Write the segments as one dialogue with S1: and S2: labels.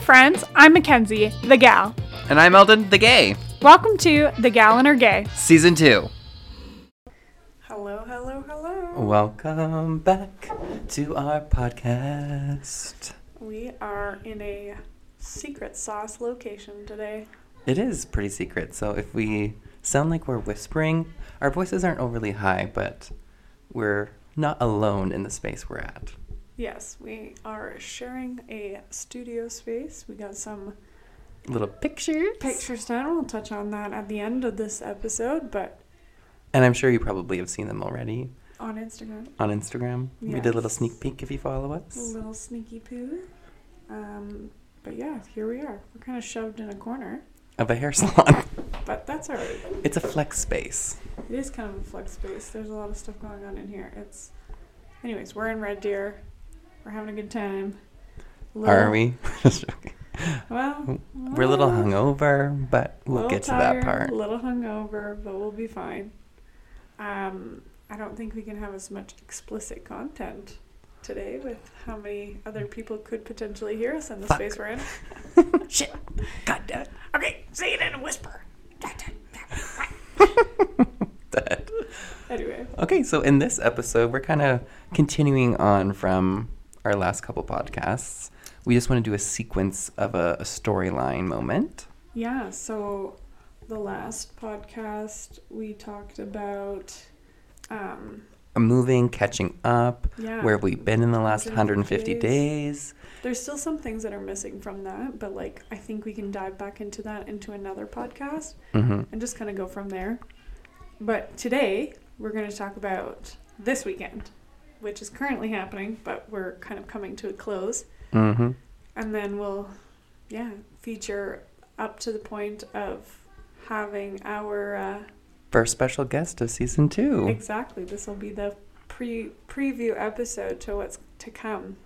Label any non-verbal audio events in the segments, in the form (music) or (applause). S1: friends. I'm Mackenzie, the gal.
S2: And I'm Eldon the Gay,
S1: Welcome to The Gal and Her Gay.
S2: Season 2.
S1: Hello, hello, hello.
S2: Welcome back to our podcast.
S1: We are in a secret sauce location today.
S2: It is pretty secret, so if we sound like we're whispering, our voices aren't overly high, but we're not alone in the space we're at.
S1: Yes, we are sharing a studio space. We got some
S2: Little pictures.
S1: pictures done. We'll touch on that at the end of this episode, but
S2: And I'm sure you probably have seen them already
S1: on Instagram,
S2: on Instagram. We did a little
S1: Yes.
S2: sneak peek if you follow
S1: a
S2: us.
S1: little sneaky poo. Um, but yeah, here we are. We're kind of shoved in a corner,
S2: Of a hair (laughs) salon.
S1: but that's all right.
S2: It's a flex space.
S1: It is kind of a flex space. There's a lot of stuff going on in here. It's, anyways, we're in Red Deer. We're having a good time.
S2: Are we? (laughs) Just joking.
S1: Well,
S2: We're a little
S1: well,
S2: hungover, but we'll
S1: little
S2: get to
S1: tired,
S2: that part.
S1: A little hungover, but we'll be fine. Um, I don't think we can have as much explicit content today with how many other people could potentially hear us in the
S2: Fuck.
S1: space we're in.
S2: (laughs) Shit. God damn it.
S1: Okay, say it in a whisper.
S2: Dead.
S1: Anyway,
S2: Okay, so in this episode, we're kind of continuing on from our last couple podcasts. We just want to do a sequence of a, a storyline moment.
S1: yeah, so the last podcast we talked about. Um,
S2: A moving, catching up.
S1: yeah.
S2: Where have we been in the last 150
S1: 150
S2: days?
S1: There's still some things that are missing from that, but like I think we can dive back into that into another podcast
S2: hmm
S1: and just kind of go from there. But today we're going to talk about this weekend, which is currently happening, but we're kind of coming to a close.
S2: hmm
S1: And then we'll, yeah, feature up to the point of having our uh,
S2: First special guest of season two.
S1: exactly. This will be the pre preview episode to what's to come.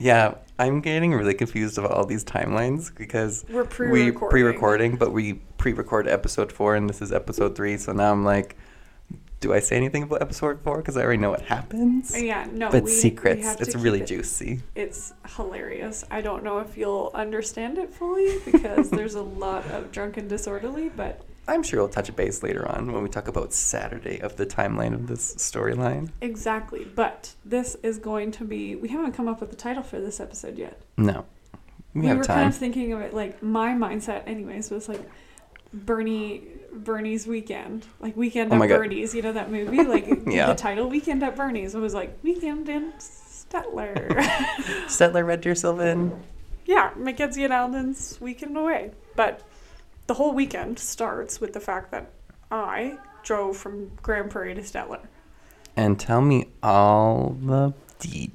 S2: Yeah, I'm getting really confused about all these timelines because
S1: We're
S2: we
S1: pre-recording.
S2: pre-recording, but we pre-record episode four, and this is episode three. So now I'm like, do I say anything about episode four? Because I already know what happens.
S1: Uh, Yeah, no,
S2: but
S1: we- we
S2: secrets,
S1: have to
S2: it's
S1: keep
S2: really
S1: it-
S2: juicy.
S1: It's hilarious. I don't know if you'll understand it fully because there's
S2: (laughs)
S1: a lot of drunken disorderly, but
S2: I'm sure we'll touch base later on when we talk about Saturday of the timeline of this storyline.
S1: exactly. But this is going to be. We haven't come up with the title for this episode yet.
S2: No, we,
S1: were
S2: have
S1: kind
S2: time.
S1: of thinking of it like my mindset, anyways, was like Bernie Bernie's weekend, like weekend
S2: Oh my
S1: at
S2: God.
S1: Bernie's. You know that movie, like
S2: (laughs) Yeah.
S1: the title "Weekend at Bernie's." It was like weekend in Stettler.
S2: Settler Red Deer Sylvan.
S1: (laughs) yeah, Mackenzie and Alden's weekend away. But the whole weekend starts with the fact that I drove from Grand Prairie to Stettler.
S2: And tell me all the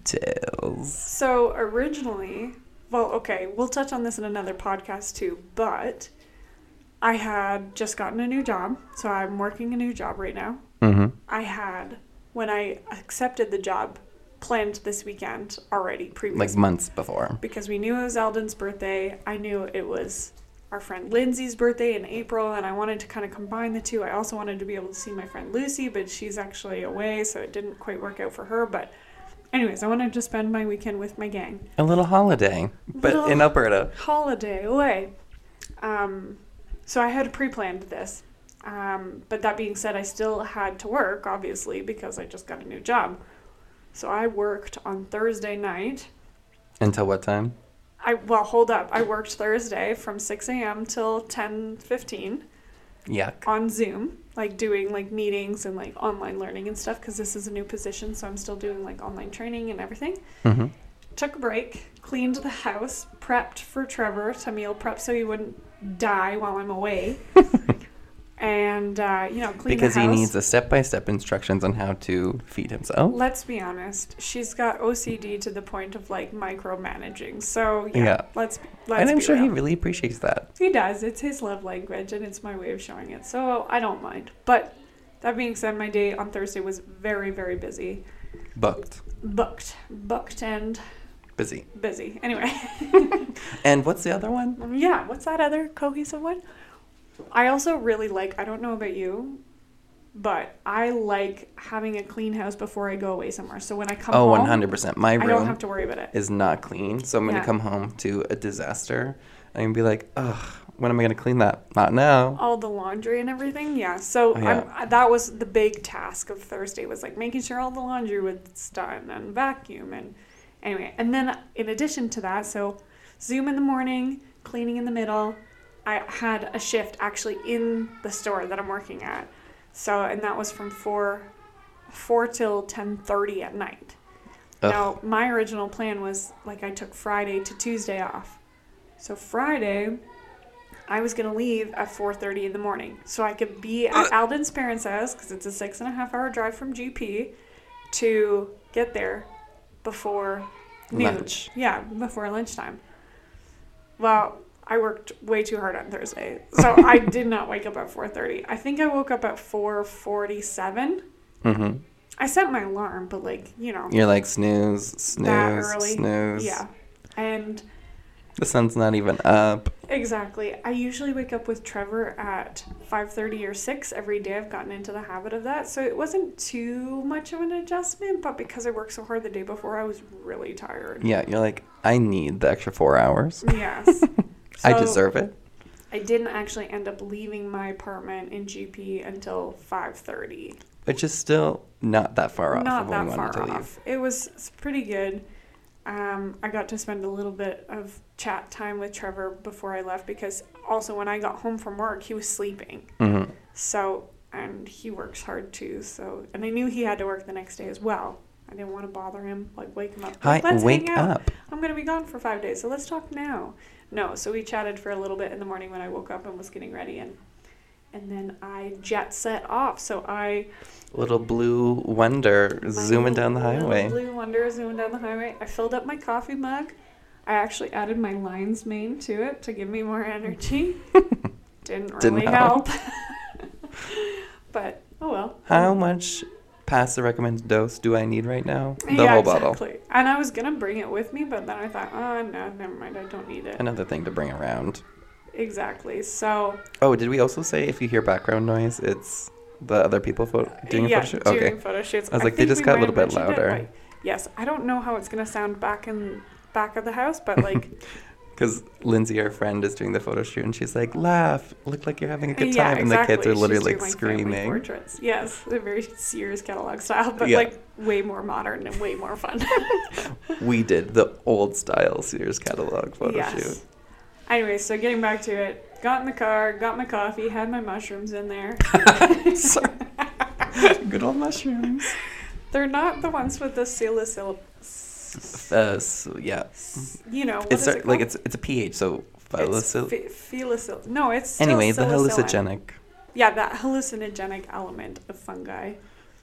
S2: details.
S1: So originally, well, okay, we'll touch on this in another podcast too, but I had just gotten a new job. So I'm working a new job right now.
S2: Mm-hmm.
S1: I had, when I accepted the job, planned this weekend already previously.
S2: Like months before.
S1: because we knew it was Eldon's birthday. I knew it was our friend Lindsay's birthday in April, and I wanted to kind of combine the two. I also wanted to be able to see my friend Lucy, but she's actually away, so it didn't quite work out for her. But, anyways, I wanted to spend my weekend with my gang
S2: A little holiday, but
S1: Little-
S2: in Alberta.
S1: holiday away. Um, so I had pre-planned this. Um, but that being said, I still had to work, obviously, because I just got a new job. So I worked on Thursday night.
S2: Until what time?
S1: I well, hold up. I worked Thursday from 6 a.m. till 10:15
S2: Yuck.
S1: on Zoom, like doing like meetings and like online learning and stuff. Because this is a new position, so I'm still doing like online training and everything.
S2: Mm-hmm.
S1: took a break, cleaned the house, prepped for Trevor to meal prep so he wouldn't die while I'm
S2: (laughs)
S1: away. and, uh, you know, cleaned
S2: Because
S1: the
S2: he
S1: house.
S2: needs a step by step instructions on how to feed himself.
S1: Let's be honest, she's got OCD to the point of like micromanaging. So, yeah,
S2: Yeah.
S1: let's let's
S2: And I'm
S1: be
S2: sure he
S1: real.
S2: really appreciates that.
S1: He does. It's his love language and it's my way of showing it. So, I don't mind. But that being said, my day on Thursday was very, very busy.
S2: Booked.
S1: Booked, booked and
S2: Busy.
S1: busy. Anyway, (laughs)
S2: And what's the other one?
S1: Yeah, what's that other cohesive one? I also really like, I don't know about you, but I like having a clean house before I go away somewhere. So when I come
S2: Oh,
S1: home,
S2: 100%. My
S1: I don't
S2: room
S1: have to worry about it.
S2: is not clean. So I'm going to
S1: Yeah.
S2: come home to a disaster. I'm going to be like, ugh, when am I going to clean that? Not now.
S1: all the laundry and everything. Yeah. So
S2: Oh,
S1: I'm-
S2: yeah.
S1: I- that was the big task of Thursday was like making sure all the laundry was done and vacuum and anyway. And then in addition to that, so Zoom in the morning, cleaning in the middle. I had a shift actually in the store that I'm working at. So and that was from 4 4 till 10:30 at night.
S2: Ugh.
S1: Now, my original plan was like I took Friday to Tuesday off. So Friday, I was gonna leave at 4:30 in the morning, so I could be at Alden's parents' house because it's a six and a half hour drive from GP to get there before noon.
S2: Lunch.
S1: Yeah, before lunchtime. Well, I worked way too hard on
S2: (laughs)
S1: Thursday, so I did not wake up at 4:30. I think I woke up at 4:47.
S2: hmm
S1: I set my alarm, but like you know,
S2: You're like, snooze,
S1: that
S2: snooze,
S1: early.
S2: snooze.
S1: Yeah, and
S2: The sun's not even up.
S1: Exactly. I usually wake up with Trevor at 5:30 or 6 every day. I've gotten into the habit of that. So it wasn't too much of an adjustment, but because I worked so hard the day before, I was really tired.
S2: Yeah, you're like, I need the extra four hours.
S1: (laughs) Yes.
S2: (laughs) I
S1: So
S2: deserve it.
S1: I didn't actually end up leaving my apartment in GP until 5:30.
S2: Which is still not that far off
S1: Not
S2: of when
S1: that
S2: we
S1: far
S2: wanted to leave.
S1: off. It was s- pretty good. Um, I got to spend a little bit of chat time with Trevor before I left because also when I got home from work, he was sleeping.
S2: Mhm.
S1: So, and he works hard too. So, and I knew he had to work the next day as well. I didn't want to bother him, like wake him up.
S2: Hi,
S1: like, let's
S2: wake
S1: hang out.
S2: up.
S1: I'm gonna be gone for five days, so let's talk now. No, so we chatted for a little bit in the morning when I woke up and was getting ready, and and then I jet set off. So I
S2: Little blue wonder
S1: my
S2: zooming down the
S1: little
S2: highway.
S1: Blue Wonder zooming down the highway. I filled up my coffee mug. I actually added my lion's mane to it to give me more
S2: (laughs)
S1: energy. Didn't really
S2: Didn't
S1: help. (laughs) but oh well.
S2: How much past the recommended dose do I need right now? The
S1: yeah,
S2: whole bottle.
S1: exactly. And I was gonna bring it with me, but then I thought, oh no, never mind. I don't need it.
S2: Another thing to bring around.
S1: Exactly. So
S2: Oh, did we also say if you hear background noise, it's the other people fo- doing
S1: yeah,
S2: a photo shoot?
S1: during
S2: Okay.
S1: photo shoots.
S2: I was like, they
S1: think
S2: just
S1: we
S2: got a
S1: might
S2: little
S1: have
S2: bit
S1: mentioned it,
S2: louder.
S1: but yes, I don't know how it's gonna sound back in back of the house, but like
S2: Because Lindsay, our friend, is doing the photo shoot and she's like, laugh, look like you're having a good
S1: Uh, Yeah,
S2: time.
S1: exactly.
S2: And the kids are
S1: She's
S2: literally
S1: doing,
S2: like
S1: family
S2: screaming.
S1: portraits. Yes, the very Sears catalog style, but
S2: Yeah.
S1: like way more modern and way more fun.
S2: We did the old style Sears catalog (laughs) photo shoot.
S1: Anyway, so getting back to it, got in the car, got my coffee, had my mushrooms in there. (laughs)
S2: Good old mushrooms.
S1: They're not the ones with the psilocyl. s-
S2: Uh, so, yeah.
S1: s- You know, what
S2: It's
S1: is it
S2: like
S1: called?
S2: it's it's a pH, so phylosil-
S1: It's phi- phylocyl. No, it's still
S2: Anyway, the
S1: psilocybin.
S2: hallucinogenic.
S1: Yeah, that hallucinogenic element of fungi.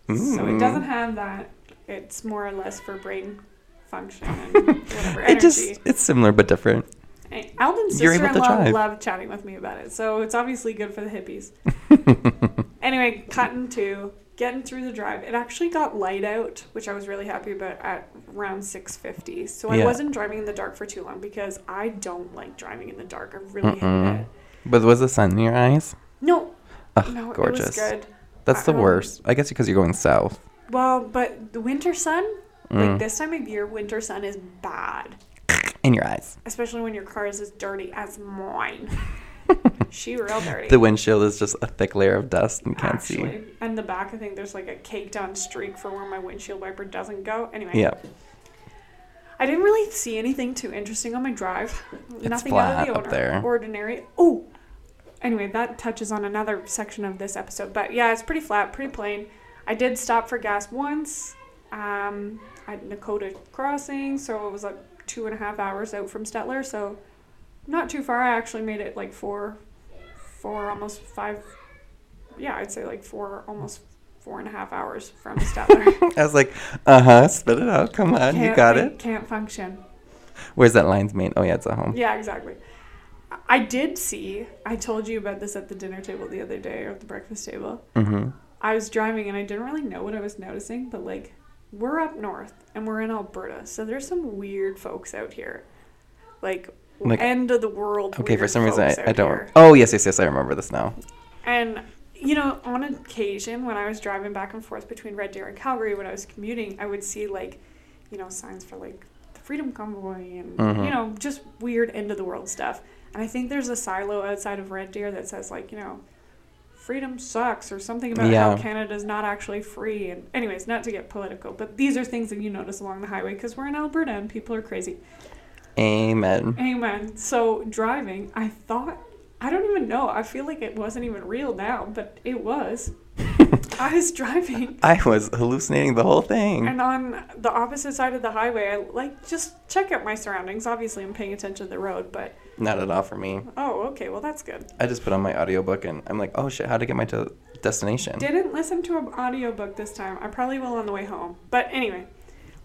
S1: So it
S2: Mm.
S1: doesn't have that. It's more or less for brain function
S2: (laughs)
S1: and whatever energy.
S2: It just it's similar but different.
S1: Hey, Alden's
S2: You're able to
S1: sister-in-law
S2: drive.
S1: loved chatting with me about it, so it's obviously good for the
S2: (laughs)
S1: hippies. anyway, cutting to getting through the drive. It actually got light out, which I was really happy about at around six fifty. So I
S2: Yeah.
S1: wasn't driving in the dark for too long because I don't like driving in the dark. I really hate
S2: Mm-mm.
S1: it.
S2: But was the sun in your eyes?
S1: No,
S2: Ugh,
S1: no, it was
S2: gorgeous.
S1: good.
S2: That's the
S1: Um,
S2: worst. I guess because you're going south.
S1: Well, but the winter sun,
S2: Mm.
S1: like this time of year, winter sun is bad.
S2: In your eyes.
S1: Especially when your car is as dirty as mine.
S2: (laughs)
S1: she real dirty.
S2: The windshield is just a thick layer of dust and you can't
S1: actually. And the back, I think there's like a caked on streak for where my windshield wiper doesn't go. Anyway,
S2: see. Yeah. (laughs)
S1: I didn't really see anything too interesting on my drive. Nothing out
S2: flat
S1: of
S2: up
S1: the
S2: there.
S1: order- ordinary. Oh, anyway, that touches on another section of this episode. But yeah, it's pretty flat, pretty plain. I did stop for gas once um, at Nakota Crossing, so it was like two and a half hours out from Stettler, so not too far. I actually made it like four, four almost five. Yeah, I'd say like four, almost four and a half hours from Stettler.
S2: (laughs) I was like, uh huh, spit it out. Come on, you
S1: Can't
S2: got
S1: think-
S2: it.
S1: Can't function.
S2: Where's that lion's mane? Oh yeah, it's at home.
S1: Yeah, exactly. I did see, I told you about this at the dinner table the other day or at the breakfast table.
S2: Mm-hmm.
S1: I was driving and I didn't really know what I was noticing, but like, we're up north and we're in Alberta, so there's some weird folks out here. Like,
S2: Like-
S1: end of the world.
S2: Okay, for
S1: weird
S2: some reason I,
S1: folks
S2: I
S1: out
S2: don't.
S1: here.
S2: Oh yes, yes, yes. I remember this now.
S1: And you know, on occasion when I was driving back and forth between Red Deer and Calgary when I was commuting, I would see like, you know, signs for like the Freedom Convoy and
S2: Mhm.
S1: you know, just weird end of the world stuff. And I think there's a silo outside of Red Deer that says like, you know, freedom sucks or something about
S2: Yeah.
S1: how Canada's not actually free and anyways, not to get political, but these are things that you notice along the highway cuz we're in Alberta and people are crazy. (laughs)
S2: Amen.
S1: Amen. So driving, I thought I don't even know. I feel like it wasn't even real now, but it was. I was driving
S2: I was hallucinating the whole thing.
S1: and on the opposite side of the highway, I like just check out my surroundings. Obviously, I'm paying attention to the road, but
S2: Not at all for me.
S1: oh, okay, well that's good.
S2: I just put on my audiobook and I'm like, oh shit, how to get my to- destination?
S1: Didn't listen to an audiobook this time. I probably will on the way home. But anyway,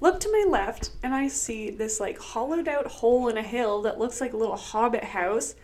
S1: look to my left and I see this like hollowed out hole in a hill that looks like a little hobbit house.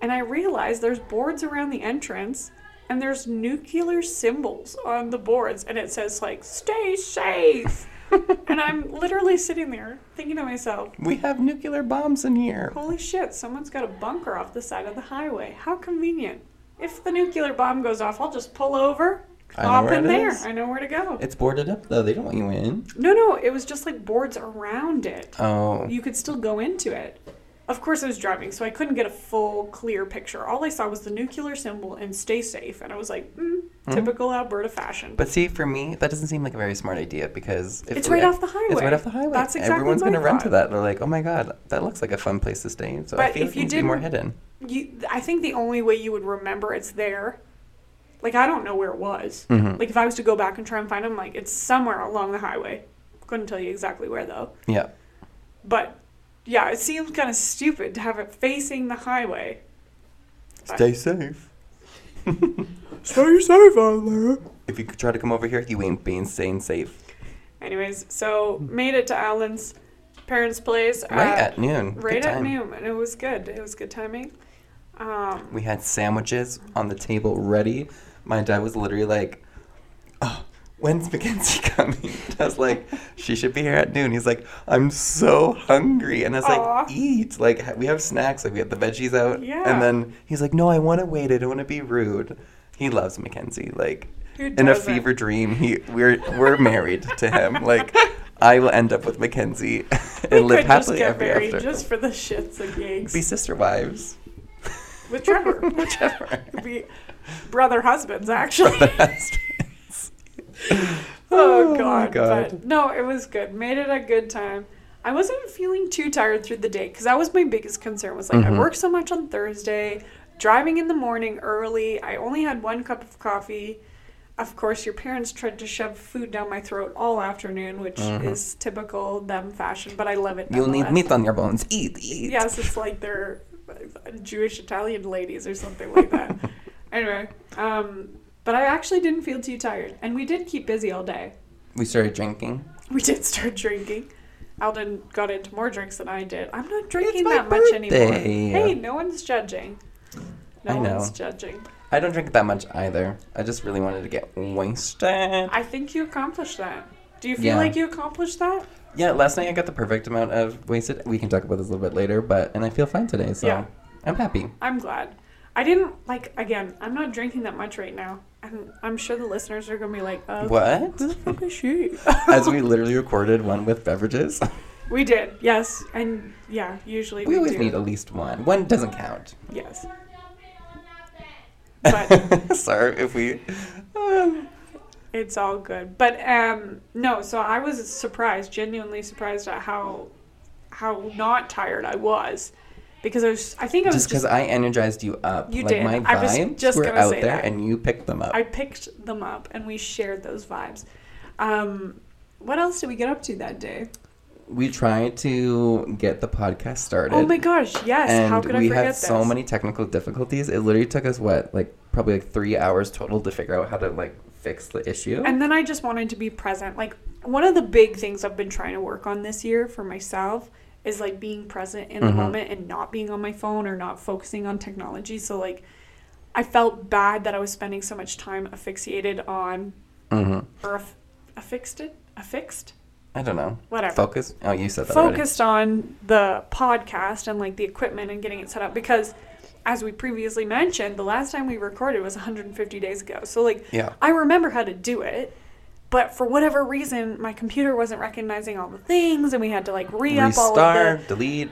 S1: And I realize there's boards around the entrance and there's nuclear symbols on the boards and it says like stay safe. and I'm literally sitting there thinking to myself,
S2: we have nuclear bombs in here.
S1: holy shit, someone's got a bunker off the side of the highway. How convenient. If the nuclear bomb goes off, I'll just pull over,
S2: I know
S1: hop
S2: where
S1: in
S2: it
S1: there.
S2: is.
S1: I know where to go.
S2: It's boarded up though. They don't want you in.
S1: No, no, it was just like boards around it.
S2: Oh,
S1: You could still go into it. Of course, I was driving, so I couldn't get a full, clear picture. All I saw was the nuclear symbol and stay safe. And I was like, mm,
S2: Hmm.
S1: typical Alberta fashion.
S2: but see, for me, that doesn't seem like a very smart idea because if
S1: It's
S2: we-
S1: right off the highway.
S2: It's right off the highway.
S1: That's exactly
S2: Everyone's
S1: what I
S2: gonna run to
S1: thought.
S2: that. They're like, oh my god, that looks like a fun place to stay. So I
S1: But
S2: feel
S1: if
S2: like
S1: you
S2: it needs to be more
S1: didn't-
S2: hidden.
S1: you, I think the only way you would remember it's there, like, I don't know where it was.
S2: Mhm.
S1: Like, if I was to go back and try and find it, I'm like, it's somewhere along the highway. Couldn't tell you exactly where, though.
S2: Yeah.
S1: But yeah, it seems kind of stupid to have it facing the highway. Bye.
S2: Stay safe.
S1: Stay safe out there.
S2: If you could try to come over here, you ain't being staying safe.
S1: Anyways, so made it to Alan's parents' place
S2: Hmm. Right at noon.
S1: right
S2: Good
S1: at
S2: time.
S1: noon, and it was good. It was good timing. Um,
S2: We had sandwiches on the table ready. My dad was literally like, oh, when's Mackenzie (laughs) coming? I was like, she should be here at noon. He's like, I'm so hungry. And I was
S1: Aw.
S2: like, eat. Like, ha- we have snacks. Like, we have the veggies out.
S1: Yeah.
S2: And then he's like, no, I want to wait. I don't want to be rude. He loves Mackenzie. Like,
S1: Who
S2: in a
S1: doesn't?
S2: fever dream, he we're we're married to
S1: (laughs)
S2: him. Like, I will end up with Mackenzie (laughs)
S1: we
S2: and live
S1: could just
S2: happily
S1: get
S2: ever
S1: married
S2: after.
S1: just for the shits and gigs
S2: be sister wives.
S1: with
S2: (laughs)
S1: Trevor,
S2: Whichever. (laughs)
S1: be brother husbands actually.
S2: Oh,
S1: oh god,
S2: God.
S1: But no, it was good. Made it a good time. I wasn't feeling too tired through the day because that was my biggest concern. Was like I
S2: Mhm.
S1: worked so much on Thursday, driving in the morning early. I only had one cup of coffee. Of course, your parents tried to shove food down my throat all afternoon, which
S2: Mhm.
S1: is typical them fashion. But I love it.
S2: You'll need
S1: nonetheless.
S2: meat on your bones. Eat, eat.
S1: Yes, it's like they're uh, Jewish Italian ladies or something like
S2: (laughs)
S1: that. anyway, um, but I actually didn't feel too tired, and we did keep busy all day.
S2: We started drinking.
S1: We did start drinking. Alden got into more drinks than I did. I'm not drinking
S2: my
S1: that much anymore.
S2: birthday.
S1: Hey, no one's judging. No
S2: I know.
S1: one's judging.
S2: I don't drink that much either. I just really wanted to get wasted.
S1: I think you accomplished that. Do you feel
S2: Yeah.
S1: like you accomplished that?
S2: Yeah, last night I got the perfect amount of wasted. We can talk about this a little bit later, but and I feel fine today, so
S1: Yeah.
S2: I'm happy.
S1: I'm glad. I didn't like again. I'm not drinking that much right now, and I'm sure the listeners are gonna be like, uh,
S2: What?
S1: Who the (laughs) fuck is she?"
S2: As we literally recorded one with beverages,
S1: We did, yes, and yeah. Usually we,
S2: we always
S1: do.
S2: need at least one. One doesn't count. (laughs)
S1: yes. But
S2: Sorry if we. Um,
S1: it's all good. But um, no, so I was surprised, genuinely surprised at how how not tired I was because I was. I think I was
S2: just because
S1: just.
S2: I energized you up,
S1: You
S2: like
S1: did.
S2: my
S1: I was
S2: vibes
S1: just
S2: were
S1: gonna
S2: out
S1: say
S2: there,
S1: that.
S2: and you picked them up.
S1: I picked them up and we shared those vibes. Um, what else did we get up to that day?
S2: we tried to get the podcast started.
S1: Oh my gosh! Yes.
S2: and
S1: how could I
S2: we
S1: forget
S2: had
S1: this?
S2: so many technical difficulties. It literally took us what, like probably like three hours total to figure out how to like fix the issue.
S1: And then I just wanted to be present. Like one of the big things I've been trying to work on this year for myself is like being present in the
S2: Mhm.
S1: moment and not being on my phone or not focusing on technology. So like I felt bad that I was spending so much time asphyxiated on
S2: Mhm.
S1: or aff- affixed it, affixed,
S2: I don't know.
S1: whatever.
S2: Focus. Oh, you said that already.
S1: Focused on the podcast and like the equipment and getting it set up because as we previously mentioned, the last time we recorded was 150 days ago. So, like,
S2: Yeah.
S1: I remember how to do it, but for whatever reason, my computer wasn't recognizing all the things, and we had to like re up all
S2: Restart,
S1: of the
S2: delete.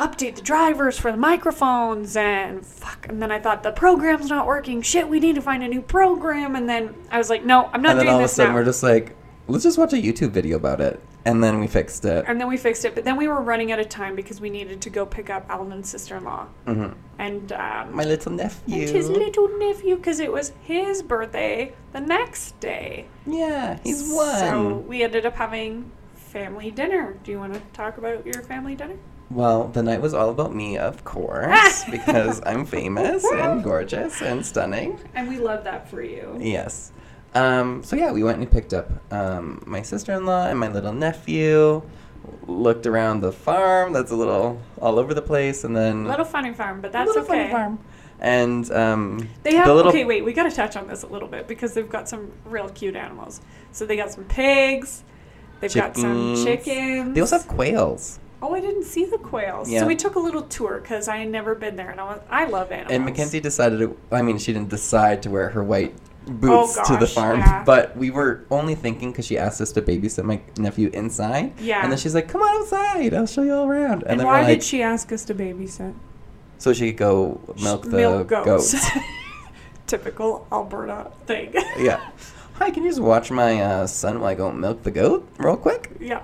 S1: update the drivers for the microphones, and fuck. And then I thought the program's not working. Shit, we need to find a new program. And then I was like, no, I'm not
S2: And then
S1: doing
S2: all of a
S1: this
S2: sudden
S1: now.
S2: we're just like, let's just watch a YouTube video about it. And then we fixed it.
S1: and then we fixed it, but then we were running out of time because we needed to go pick up Alvin's sister-in-law
S2: hmm
S1: and um,
S2: My little
S1: and his
S2: nephew.
S1: little nephew because it was his birthday the next day.
S2: Yeah, he's one.
S1: So we ended up having family dinner. Do you want to talk about your family dinner?
S2: Well, the night was all about me, of course,
S1: (laughs)
S2: because I'm famous and gorgeous and stunning.
S1: And we love that for you.
S2: Yes. Um, so yeah, we went and picked up um, my sister-in-law and my little nephew. Looked around the farm. That's a little all over the place, and then
S1: Little funny farm, but that's
S2: Little funny
S1: okay.
S2: farm. And um,
S1: They have
S2: the little
S1: okay. Wait, we got to touch on this a little bit because they've got some real cute animals. So they got some pigs. They've got some
S2: Chickens.
S1: chickens.
S2: They also have quails.
S1: oh, I didn't see the quails.
S2: Yeah.
S1: So we took a little tour because I had never been there, and I was, I love animals.
S2: And Mackenzie decided. It, I mean, she didn't decide to wear her white boots to the
S1: Oh, gosh,
S2: farm,
S1: yeah.
S2: but we were only thinking because she asked us to babysit my nephew inside.
S1: Yeah.
S2: And then she's like, "Come on outside. I'll show you all around." And,
S1: And,
S2: then
S1: why
S2: we're like,
S1: did she ask us to babysit?
S2: so she could go milk the
S1: milk goats. (laughs)
S2: goats.
S1: Typical Alberta thing.
S2: yeah. Hi, can you just watch my uh, son while I go milk the goat real quick?
S1: yeah.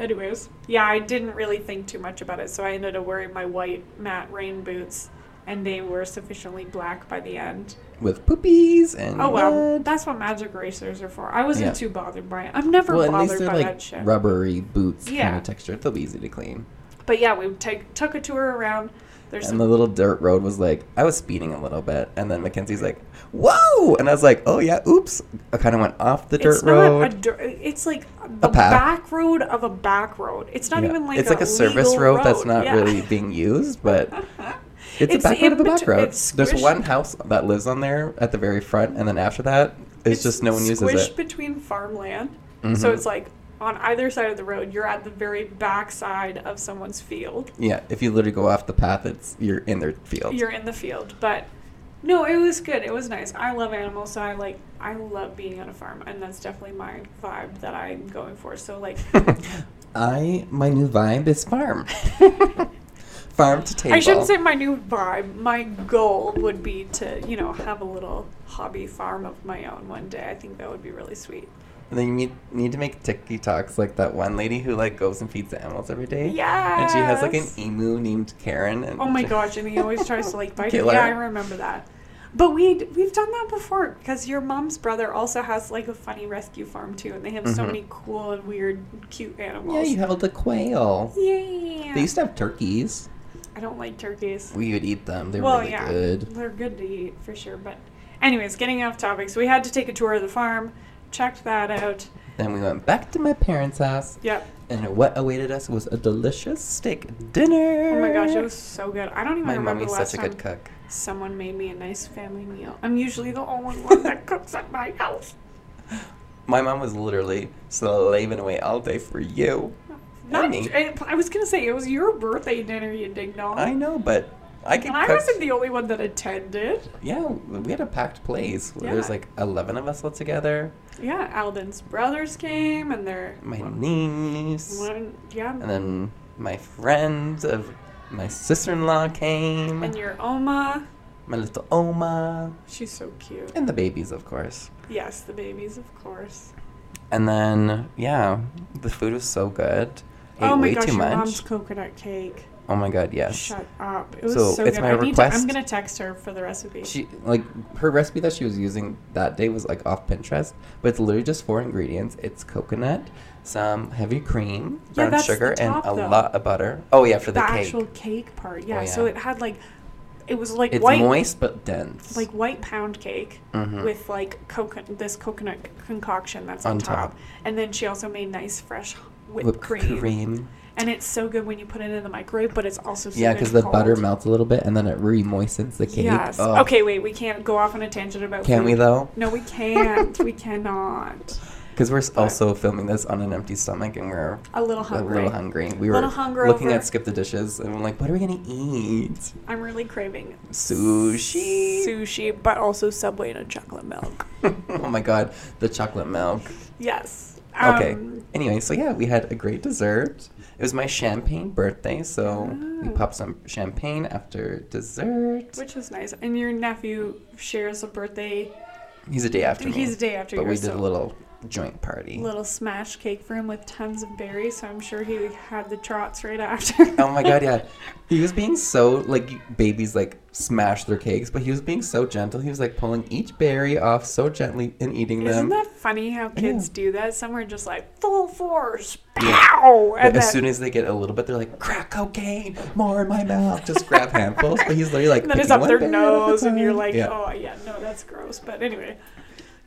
S1: Anyways, yeah, I didn't really think too much about it, so I ended up wearing my white matte rain boots, and they were sufficiently black by the end.
S2: With poopies and
S1: Oh well,
S2: mud.
S1: that's what magic racers are for. I wasn't
S2: Yeah.
S1: too bothered by it. I'm never
S2: Well, at least
S1: bothered
S2: they're
S1: by
S2: like
S1: that shit.
S2: rubbery boots kind
S1: Yeah.
S2: of texture. They'll be easy to clean.
S1: But yeah, we take, took a tour around. There's
S2: And
S1: some
S2: the little dirt road was like, I was speeding a little bit, and then Mackenzie's like, "Whoa!" And I was like, "Oh yeah, oops." I kind of went off the dirt
S1: it's
S2: road.
S1: Not a dirt, it's like the
S2: path.
S1: back road of a back road. It's not
S2: Yeah.
S1: even like
S2: it's like a service
S1: legal
S2: road, that's not
S1: Yeah.
S2: really being
S1: (laughs)
S2: used, but it's,
S1: It's
S2: a back road
S1: in
S2: of a back
S1: between-
S2: road.
S1: it's
S2: There's
S1: squished-
S2: one house that lives on there at the very front, and then after that, it's, just no one uses
S1: squished
S2: it. Mm-hmm.
S1: between farmland. So it's like on either side of the road, you're at the very back side of someone's field.
S2: Yeah, if you literally go off the path, it's you're in their field.
S1: You're in the field, but no, it was good. It was nice. I love animals, so I like I love being on a farm, and that's definitely my vibe that I'm going for. So like,
S2: (laughs) I my new vibe
S1: (laughs)
S2: is farm, farm to table.
S1: I shouldn't say my new vibe. My goal would be to you know have a little hobby farm of my own one day. I think that would be really sweet.
S2: And then you need, need to make TikToks like that one lady who like goes and feeds the animals every day.
S1: Yeah.
S2: And she has like an emu named Karen. And
S1: Oh my
S2: she-
S1: gosh, and he always tries to
S2: (laughs)
S1: like bite you.
S2: Killer.
S1: Yeah, I remember that. But we we've done that before because your mom's brother also has like a funny rescue farm too, and they have so
S2: Mhm.
S1: many cool and weird, cute
S2: Yeah,
S1: animals.
S2: you held a quail.
S1: Yeah.
S2: They used to have turkeys.
S1: I don't like turkeys.
S2: We would eat them. They were
S1: well,
S2: really
S1: yeah,
S2: good.
S1: they're good to eat for sure. But anyways, getting off topic, so we had to take a tour of the farm, checked that out.
S2: Then we went back to my parents' house,
S1: Yep.
S2: and what awaited us was a delicious steak dinner.
S1: Oh my gosh, it was so good. I don't even
S2: My
S1: remember
S2: mommy's
S1: the last
S2: such a
S1: time
S2: good cook.
S1: someone made me a nice family meal. I'm usually the only one that (laughs) cooks at my house.
S2: My mom was literally slaving away all day for you.
S1: Not,
S2: Emmy.
S1: I, I was gonna say it was your birthday dinner, you ding dong.
S2: I know, but I could
S1: and Oh. I
S2: cook.
S1: wasn't the only one that attended.
S2: Yeah, we had a packed place. There's
S1: Yeah.
S2: like 11 of us all together.
S1: Yeah, Alden's brothers came, and their
S2: My
S1: one-
S2: niece.
S1: one- yeah,
S2: And then my friends of my sister in law came.
S1: and your Oma.
S2: my little Oma.
S1: She's so cute.
S2: And the babies, of course.
S1: Yes, the babies, of course.
S2: And then, yeah, the food was so good. Ate
S1: oh my
S2: way
S1: gosh,
S2: too
S1: your
S2: much.
S1: mom's coconut cake.
S2: Oh my god, yes.
S1: Shut up! It was
S2: So,
S1: so,
S2: it's
S1: good.
S2: my
S1: I need to, I'm
S2: request-
S1: gonna text her for the recipe.
S2: She like her recipe that she was using that day was like off Pinterest, but it's literally just four ingredients. It's coconut, some heavy cream,
S1: Yeah,
S2: brown
S1: that's the
S2: sugar, and
S1: top,
S2: a
S1: though.
S2: lot of butter. Oh yeah, for
S1: the
S2: the, cake.
S1: actual cake part, yeah,
S2: Oh,
S1: So
S2: yeah.
S1: it had like, it was like
S2: it's
S1: white,
S2: moist but dense.
S1: like white pound cake
S2: Mhm.
S1: with like coconut this coconut concoction that's on,
S2: On
S1: top.
S2: top.
S1: and then she also made nice fresh whipped,
S2: whipped
S1: cream.
S2: cream.
S1: and it's so good when you put it in the microwave but it's also so
S2: Yeah,
S1: good
S2: because the
S1: cold.
S2: butter melts a little bit and then it re-moistens the cake.
S1: yes
S2: Oh,
S1: okay wait we can't go off on a tangent about
S2: Can we
S1: food.
S2: though?
S1: no we can't we cannot
S2: Because we're s- also filming this on an empty stomach and we're
S1: A little
S2: (laughs) a
S1: hungry.
S2: little hungry. We were
S1: Little hunger
S2: looking
S1: over-
S2: at Skip the Dishes and I'm like, what are we going to eat?
S1: I'm really craving
S2: Sushi.
S1: Sushi, but also Subway and a chocolate milk.
S2: (laughs) oh my god, the chocolate milk.
S1: Yes.
S2: Okay.
S1: Um,
S2: Anyway, so yeah, we had a great dessert. It was my champagne birthday, so we
S1: Oh.
S2: popped some champagne after dessert.
S1: Which is nice. And your nephew shares a birthday.
S2: He's a day after me.
S1: He's a day after
S2: but we
S1: yours.
S2: did
S1: so
S2: a little joint party.
S1: little smash cake for him with tons of berries. So I'm sure he had the trots right
S2: (laughs)
S1: after.
S2: Oh my god, yeah. He was being so like babies like smash their cakes, but he was being so gentle. He was like pulling each berry off so gently and
S1: (laughs)
S2: eating
S1: Isn't
S2: them.
S1: that funny how kids
S2: Yeah.
S1: do that? Some are just like full force,
S2: Yeah.
S1: pow,
S2: But
S1: and
S2: as
S1: then,
S2: soon as they get a little bit, they're like, crack cocaine, more in my mouth. Just grab handfuls. But he's literally like,
S1: and then it's
S2: picking
S1: up
S2: one
S1: their
S2: berry at a
S1: nose, and you're
S2: time.
S1: like,
S2: yeah.
S1: oh yeah, no, that's gross. But anyway,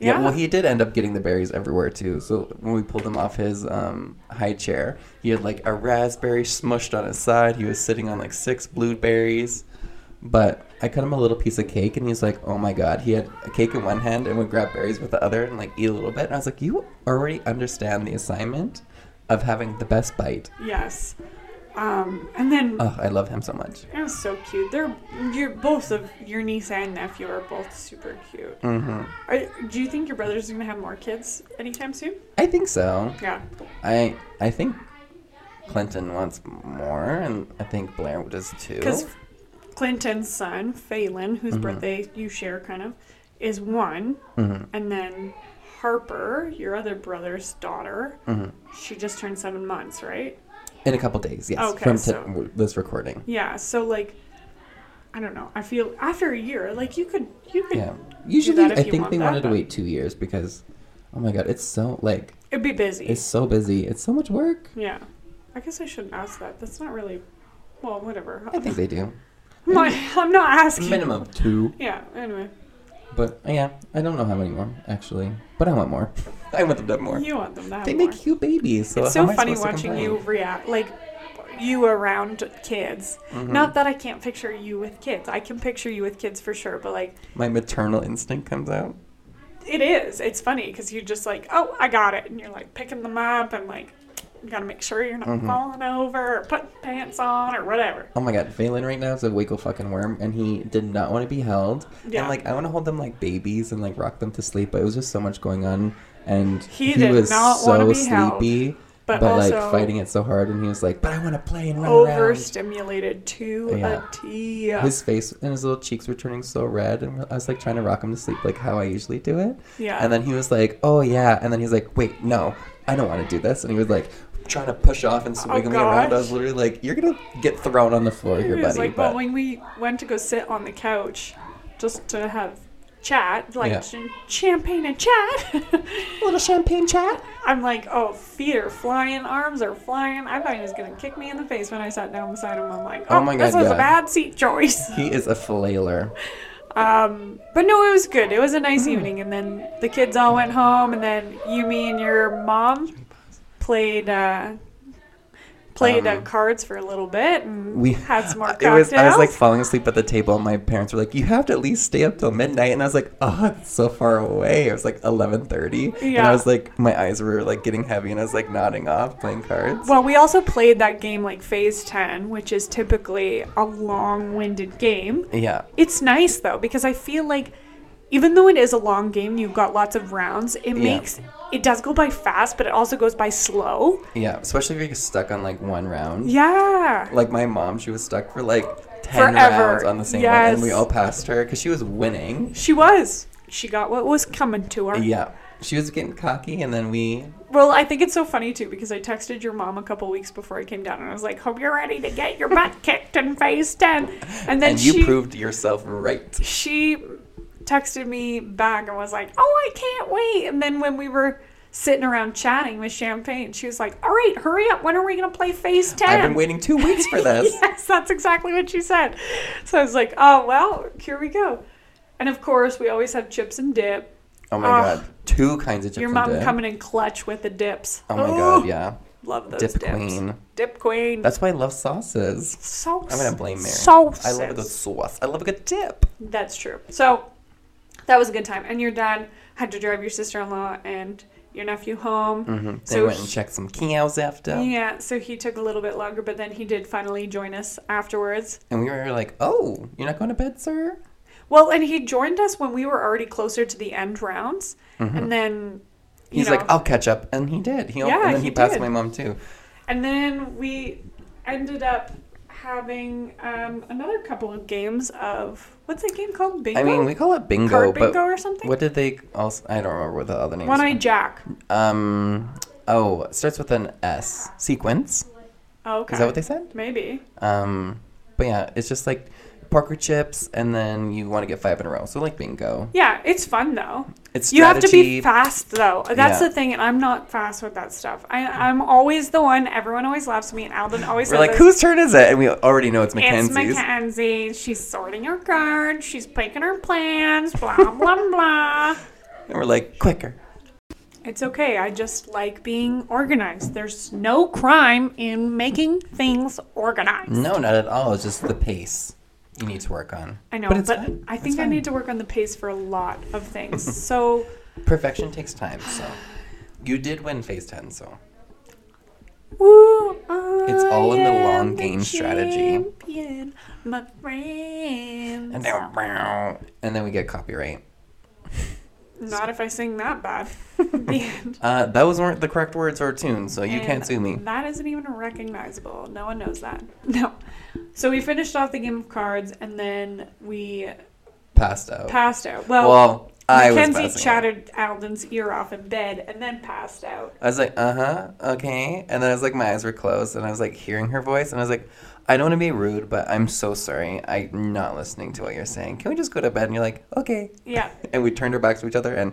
S2: Yeah. well, he did end up getting the berries everywhere too. So when we pulled him off his um, high chair, he had like a raspberry smushed on his side. He was sitting on like six blueberries. But I cut him a little piece of cake, and he's like, "Oh my god!" He had a cake in one hand and would grab berries with the other, and like eat a little bit. And I was like, "You already understand the assignment of having the best bite."
S1: yes. Um, and then
S2: Oh, I love him so much.
S1: It was so cute. They're you're both of your niece and nephew are both super cute.
S2: hmm
S1: Are, do you think your brother's gonna have more kids anytime soon?
S2: I think so.
S1: Yeah.
S2: I I think Clinton wants more, and I think Blair does too.
S1: Because Clinton's son, Phelan, whose
S2: Mhm.
S1: birthday you share kind of, is one,
S2: hmm
S1: and then Harper, your other brother's daughter,
S2: hmm
S1: she just turned seven months, right?
S2: In a couple days, yes.
S1: Okay,
S2: from t-
S1: so-
S2: w- this recording.
S1: Yeah. So like, I don't know. I feel after a year, like you could you could
S2: Yeah. Usually,
S1: that if
S2: I
S1: you
S2: think
S1: want
S2: they
S1: that,
S2: wanted to
S1: but-
S2: wait two years because, oh my god, it's so like
S1: it'd be busy.
S2: it's so busy. It's so much work.
S1: yeah. I guess I shouldn't ask that. That's not really. Well, whatever.
S2: I think they do
S1: (laughs) My, I'm not asking.
S2: minimum of two.
S1: Yeah. Anyway,
S2: But uh, yeah, I don't know how many more actually. But I want more. (laughs) I want them to have more.
S1: you want them to have
S2: they
S1: more.
S2: make cute babies. So
S1: it's
S2: how
S1: so
S2: am I
S1: funny
S2: supposed to
S1: watching
S2: complain?
S1: you react, like you around kids.
S2: Mhm.
S1: Not that I can't picture you with kids. I can picture you with kids for sure. But like,
S2: My maternal instinct comes out.
S1: it is. It's funny because you're just like, oh, I got it, and you're like picking them up and like, you gotta make sure you're not
S2: Mhm.
S1: falling over or putting pants on or whatever.
S2: Oh my god, Valen right now is a wiggle fucking worm, and he did not want to be held.
S1: Yeah.
S2: And like, I want to hold them like babies and like rock them to sleep, but it was just so much going on, and
S1: He did not wanna be held, but
S2: but,
S1: also-
S2: like fighting it so hard, and he was like, "But I want to play and run around."
S1: Overstimulated to
S2: Yeah.
S1: a T.
S2: His face and his little cheeks were turning so red, and I was like trying to rock him to sleep, like how I usually do it.
S1: Yeah.
S2: And then he was like, "Oh yeah," and then he's like, "Wait, no, I don't want to do this," and he was like. Trying to push off and swing me around. I
S1: Oh,
S2: was
S1: gosh.
S2: literally like, "You're gonna get thrown on the floor here,
S1: It
S2: buddy."
S1: was like,
S2: but-
S1: well, when we went to go sit on the couch just to have chat, like
S2: Yeah.
S1: ch- champagne and chat, (laughs)
S2: little champagne chat.
S1: I'm like, oh, feet are flying, arms are flying. I thought he was going to kick me in the face when I sat down beside him. I'm like, oh,
S2: Oh my
S1: this
S2: God,
S1: was a
S2: yeah.
S1: bad seat
S2: (laughs)
S1: choice.
S2: He is a flailer.
S1: Um, but no, it was good. It was a
S2: Mm-hmm.
S1: nice evening. And then the kids all went home, and then you, me, and your mom played. Uh, Played uh,
S2: Um,
S1: cards for a little bit and
S2: We
S1: had
S2: (laughs)
S1: some more
S2: It
S1: cocktails.
S2: was. I was like falling asleep at the table. and My parents were like, "You have to at least stay up till midnight." And I was like, "Oh, it's so far away." It was like eleven thirty, and
S1: Yeah.
S2: I was like, my eyes were like getting heavy, and I was like nodding off, playing cards.
S1: Well, we also played that game like phase 10, which is typically a long winded game.
S2: yeah.
S1: It's nice though, because I feel like even though it is a long game, you've got lots of rounds, it makes it does go by fast, but it also goes by slow.
S2: Yeah. Especially if you're stuck on like one round.
S1: Yeah.
S2: Like my mom, she was stuck for like ten
S1: Forever.
S2: rounds on the same one,
S1: Yes.
S2: and we all passed her because she was winning.
S1: She was. She got what was coming to her.
S2: Yeah. She was getting cocky, and then we
S1: Well, I think it's so funny too because I texted your mom a couple weeks before I came down and I was like, "Hope you're ready to get your butt kicked in phase 10." And then
S2: and
S1: she
S2: you proved yourself right.
S1: she texted me back and was like, "Oh, I can't wait." And then when we were sitting around chatting with champagne, she was like, "All right, hurry up. When are we going to play phase 10?"
S2: I've
S1: (laughs)
S2: been waiting two weeks for this.
S1: yes, that's exactly what she said. So I was like, "Oh, well, here we go." And of course, we always have chips and dip.
S2: Oh my
S1: Ugh.
S2: god, two kinds of chips.
S1: Ah. Your
S2: and
S1: mom
S2: dip.
S1: coming in clutch with the dips.
S2: Oh my
S1: Ooh, (gasps)
S2: god, yeah,
S1: Love those
S2: dip
S1: dips.
S2: queen.
S1: Dip queen.
S2: That's why I love sauces.
S1: so
S2: I'm gonna blame Mary. I love a good sauce. I love a good dip.
S1: That's true. So that was a good time. And your dad had to drive your sister in law and your nephew home.
S2: hmm They
S1: So
S2: went and
S1: he-
S2: checked some cows after.
S1: Yeah, so he took a little bit longer, but then he did finally join us afterwards.
S2: And we were like, oh, you're not going to bed, sir?
S1: Well, and he joined us when we were already closer to the end rounds, and then you
S2: Mm-hmm. He's
S1: know,
S2: like, I'll catch up. And he did. He,
S1: Yeah,
S2: and then
S1: he
S2: he, passed
S1: did.
S2: my mom, too.
S1: and then we ended up having um, another couple of games of what's that game called? Bingo.
S2: I mean, we call it bingo,
S1: Card
S2: but
S1: bingo or something?
S2: what did they also? I don't remember what the other name
S1: One
S2: is.
S1: Eyed Jack.
S2: Um, oh, it starts with an S. Sequence.
S1: Oh, okay.
S2: Is that what they said?
S1: Maybe.
S2: Um, but yeah, it's just like poker chips, and then you want to get five in a row. So like bingo.
S1: Yeah, it's fun though.
S2: It's
S1: You have to
S2: strategy.
S1: be fast though. That's
S2: Yeah.
S1: the thing, and I'm not fast with that stuff. I, I'm always the one. Everyone always laughs at me, and Alden always
S2: We're
S1: says
S2: like,
S1: this.
S2: whose turn is it? And we already know it's
S1: It's
S2: Mackenzie's.
S1: Mackenzie. She's sorting her cards. She's picking her plans. Blah blah
S2: (laughs)
S1: blah.
S2: and we're like, quicker.
S1: It's okay. I just like being organized. There's no crime in making things organized.
S2: No, not at all. It's just the pace you need to work on.
S1: I know,
S2: But
S1: but,
S2: it's fine.
S1: I
S2: It's
S1: think I
S2: fine.
S1: need to work on the pace for a lot of
S2: (laughs)
S1: things. so
S2: Perfection takes time, so. You did win phase 10, so.
S1: Woo,
S2: It's all in the
S1: I am
S2: long game strategy.
S1: champion, my friends.
S2: And then, and then we get copyright.
S1: Not if I sing that (laughs) bad. the end.
S2: Uh, those weren't the correct words or tunes, so you
S1: And
S2: can't sue me.
S1: That isn't even recognizable. No one knows that. (laughs) No. So we finished off the game of cards and then we
S2: Passed out.
S1: passed out. Well,
S2: well, I was
S1: Mackenzie
S2: passing out.
S1: chatted Alden's ear off in bed and then passed out.
S2: I was like, uh huh, okay. And then I was like, my eyes were closed, and I was like hearing her voice, and I was like, I don't want to be rude, but I'm so sorry. I'm not listening to what you're saying. Can we just go to bed? And you're like, okay.
S1: Yeah.
S2: And we turned our backs to each other, and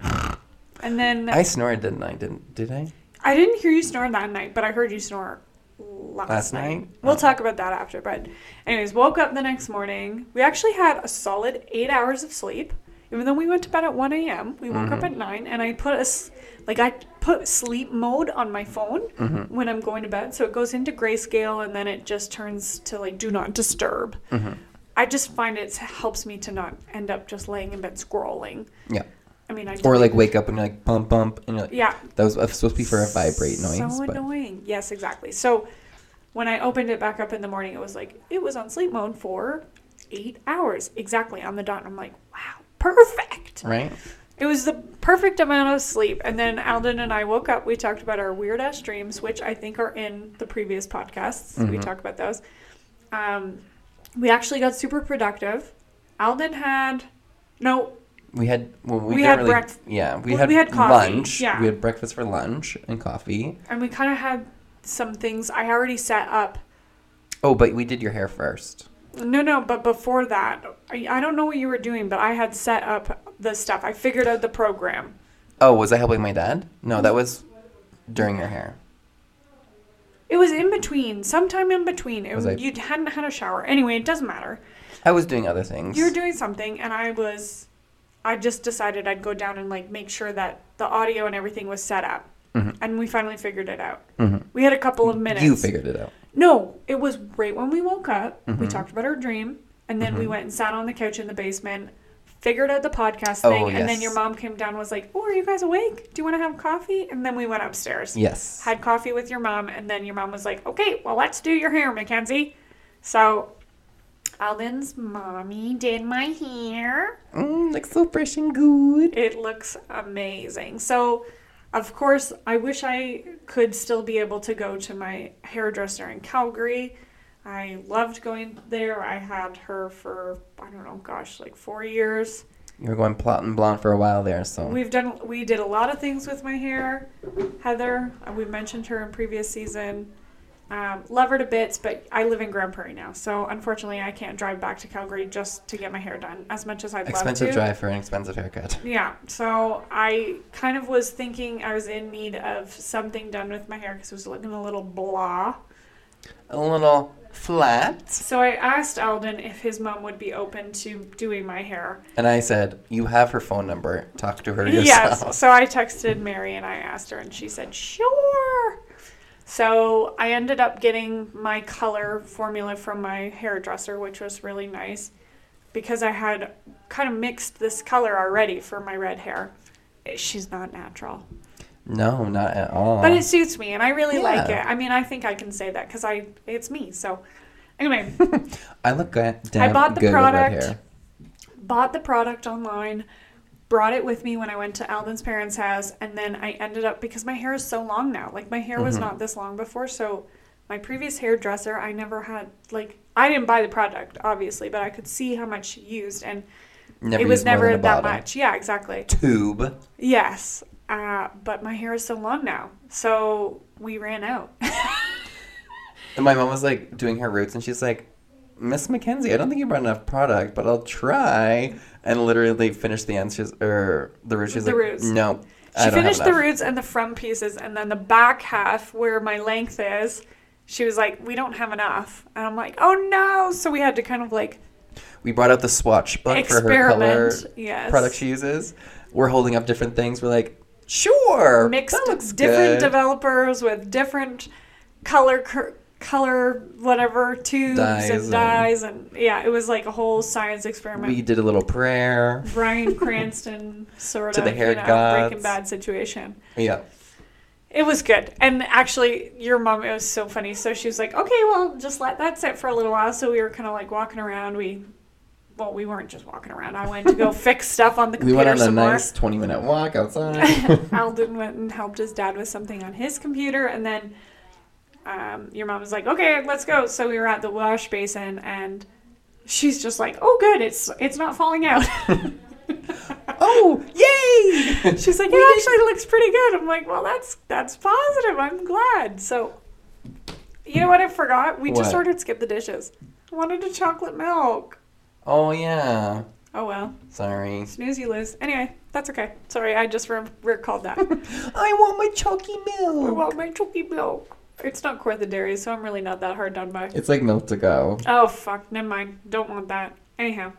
S1: And then (laughs)
S2: I snored, didn't I? Didn't did I?
S1: I didn't hear you snore that night, but I heard you snore last,
S2: Last
S1: night.
S2: night? Oh.
S1: We'll talk about that after. But, anyways, woke up the next morning. We actually had a solid eight hours of sleep. Even though we went to bed at 1 a.m., we woke
S2: Mm-hmm.
S1: up at 9, and I put a, s- like, I put sleep mode on my phone
S2: Mm-hmm.
S1: when I'm going to bed. So it goes into grayscale, and then it just turns to, like, do not disturb. I just find it helps me to not end up just laying in bed scrolling.
S2: Yeah.
S1: I mean, I
S2: Or
S1: do-
S2: like wake up and you're like bump bump, and you're like,
S1: yeah,
S2: That was supposed to be for a vibrate noise,
S1: So
S2: but
S1: annoying. Yes, exactly. So when I opened it back up in the morning, it was like it was on sleep mode for eight hours exactly on the dot. And I'm like, wow, perfect.
S2: right?
S1: It was the perfect amount of sleep. And then Alden and I woke up. We talked about our weird ass dreams, which I think are in the previous podcasts.
S2: Mm-hmm.
S1: We talked about those. Um, we actually got super productive. Alden had no
S2: We had well, we,
S1: We
S2: didn't
S1: had
S2: really,
S1: breakf-
S2: Yeah, we
S1: Well,
S2: had
S1: we had coffee,
S2: lunch.
S1: yeah.
S2: we had breakfast for lunch and coffee.
S1: and we kind of had some things I already set up
S2: Oh, but we did your hair first.
S1: No, no, but before that, I, I don't know what you were doing, but I had set up the stuff. I figured out the program.
S2: Oh, was I helping my dad? No,
S1: Mm-hmm.
S2: that was during your hair.
S1: It was in between, sometime in between. It
S2: Was
S1: was,
S2: I-
S1: you hadn't had a shower. Anyway, it doesn't matter.
S2: I was doing other things.
S1: You were doing something, and I was. I just decided I'd go down and like make sure that the audio and everything was set up, and we finally figured it out. We had a couple of minutes.
S2: Mm-hmm. You figured it out.
S1: No, it was right when we woke up.
S2: Mm-hmm.
S1: We talked about our dream, and then we went and sat on the couch in the basement, figured out the podcast
S2: Oh,
S1: thing, and then
S2: yes.
S1: your mom came down and was like, "Oh, are you guys awake? Do you want to have coffee?" And then we went upstairs,
S2: Yes.
S1: had coffee with your mom, and then your mom was like, "Okay, well, let's do your hair, Mackenzie." So, Alden's mommy did my hair.
S2: Mm, like so fresh and good.
S1: It looks amazing. So, of course, I wish I could still be able to go to my hairdresser in Calgary. I loved going there. I had her for, I don't know, gosh, like four years.
S2: You were going plot and blonde for a while there, so
S1: We've done, we did a lot of things with my hair. Heather, uh, we mentioned her in previous season. Um, love her to bits, but I live in Grand Prairie now. So unfortunately, I can't drive back to Calgary just to get my hair done as much as I'd love to.
S2: expensive drive for an expensive haircut.
S1: Yeah, so I kind of was thinking I was in need of something done with my hair because it was looking a little blah.
S2: A little flat.
S1: So I asked Alden if his mom would be open to doing my hair.
S2: And I said, "You have her phone number. Talk to her yourself."
S1: Yes, so I texted Mary and I asked her, and she said, sure. So I ended up getting my color formula from my hairdresser, which was really nice because I had kind of mixed this color already for my red hair. She's not natural.
S2: No, not at all.
S1: But it suits me, and I really like it.
S2: Yeah.
S1: I mean, I think I can say that because I it's me. So, anyway, (laughs)
S2: I look ga- damn
S1: bought the
S2: good
S1: product.
S2: with red hair.
S1: bought the product online, brought it with me when I went to Alvin's parents' house, and then I ended up because my hair is so long now. Like my hair
S2: Mm-hmm.
S1: was not this long before, so my previous hairdresser, I never had like I didn't buy the product obviously, but I could see how much she used, and
S2: Never
S1: it was
S2: used more
S1: never
S2: than a
S1: that
S2: bottle.
S1: much. Yeah, exactly.
S2: Tube.
S1: Yes, uh, but my hair is so long now, so we ran out.
S2: And my mom was like doing her roots, and she's like, Miss Mackenzie, I don't think you brought enough product, but I'll try. And literally finished the answers or the roots. She's
S1: The
S2: like,
S1: roots.
S2: No, I
S1: She
S2: don't
S1: finished
S2: have
S1: the
S2: enough."
S1: roots and the front pieces, and then the back half where my length is. She was like, "We don't have enough," and I'm like, "Oh no!" So we had to kind of like
S2: We brought out the swatch book for her color
S1: experiment. Yes,
S2: product she uses. We're holding up different things. We're like, sure,
S1: mixed
S2: that looks
S1: different
S2: good.
S1: developers with different color cur- color whatever tubes
S2: Dyes
S1: and
S2: and-
S1: dyes, and yeah, it was like a whole science experiment.
S2: we did a little prayer.
S1: Bryan Cranston sort
S2: To
S1: of
S2: the hair
S1: you know, Breaking
S2: gods.
S1: Bad situation.
S2: Yeah.
S1: It was good. And actually, your mom, it was so funny. So she was like, okay, well, just let that sit for a little while. So we were kind of like walking around. We, well, we weren't just walking around. I went to
S2: (laughs)
S1: go fix stuff on the
S2: We
S1: computer
S2: went on a
S1: some more.
S2: nice 20 minute
S1: (laughs)
S2: walk outside.
S1: Alden went and helped his dad with something on his computer. And then um, your mom was like, okay, let's go. So we were at the wash basin and she's just like, oh, good. It's, it's not falling
S2: (laughs)
S1: out. (laughs)
S2: oh,
S1: (laughs)
S2: yay!
S1: She's like, it actually looks pretty good. I'm like, well, that's that's positive. I'm glad. So, you know what? I forgot. We just
S2: What?
S1: ordered skip the dishes. I wanted a chocolate milk.
S2: oh, yeah.
S1: Oh well,
S2: Sorry.
S1: snooze you lose. Anyway, that's okay. Sorry, I just re- recalled
S2: (laughs)
S1: that.
S2: I want my chalky
S1: I
S2: milk.
S1: want my chocolate milk. It's not Cortha Dairy, so I'm really not that hard done by.
S2: It's like milk to go.
S1: Oh fuck, never mind. Don't want that. Anyhow.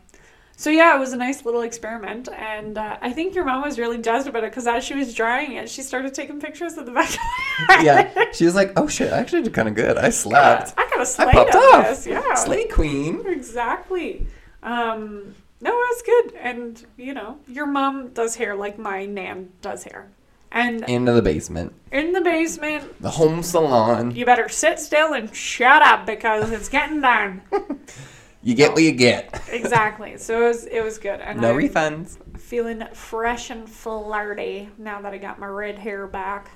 S1: So yeah, it was a nice little experiment, and uh, I think your mom was really jazzed about it because as she was drying it, she started taking pictures of the back.
S2: yeah. She was like, oh shit, I actually did kind of good. I
S1: Yeah,
S2: slapped.
S1: I got a
S2: I
S1: slate
S2: popped
S1: on
S2: off.
S1: this. Yeah.
S2: Slay queen.
S1: Exactly. Um, no, it was good. And, you know, your mom does hair like my nan does hair. And
S2: Into the basement.
S1: in the basement,
S2: The home salon.
S1: you better sit still and shut up because it's getting done.
S2: You get what you get.
S1: exactly. So it was, it was good. And I'm
S2: No refunds.
S1: feeling fresh and flirty now that I got my red hair back.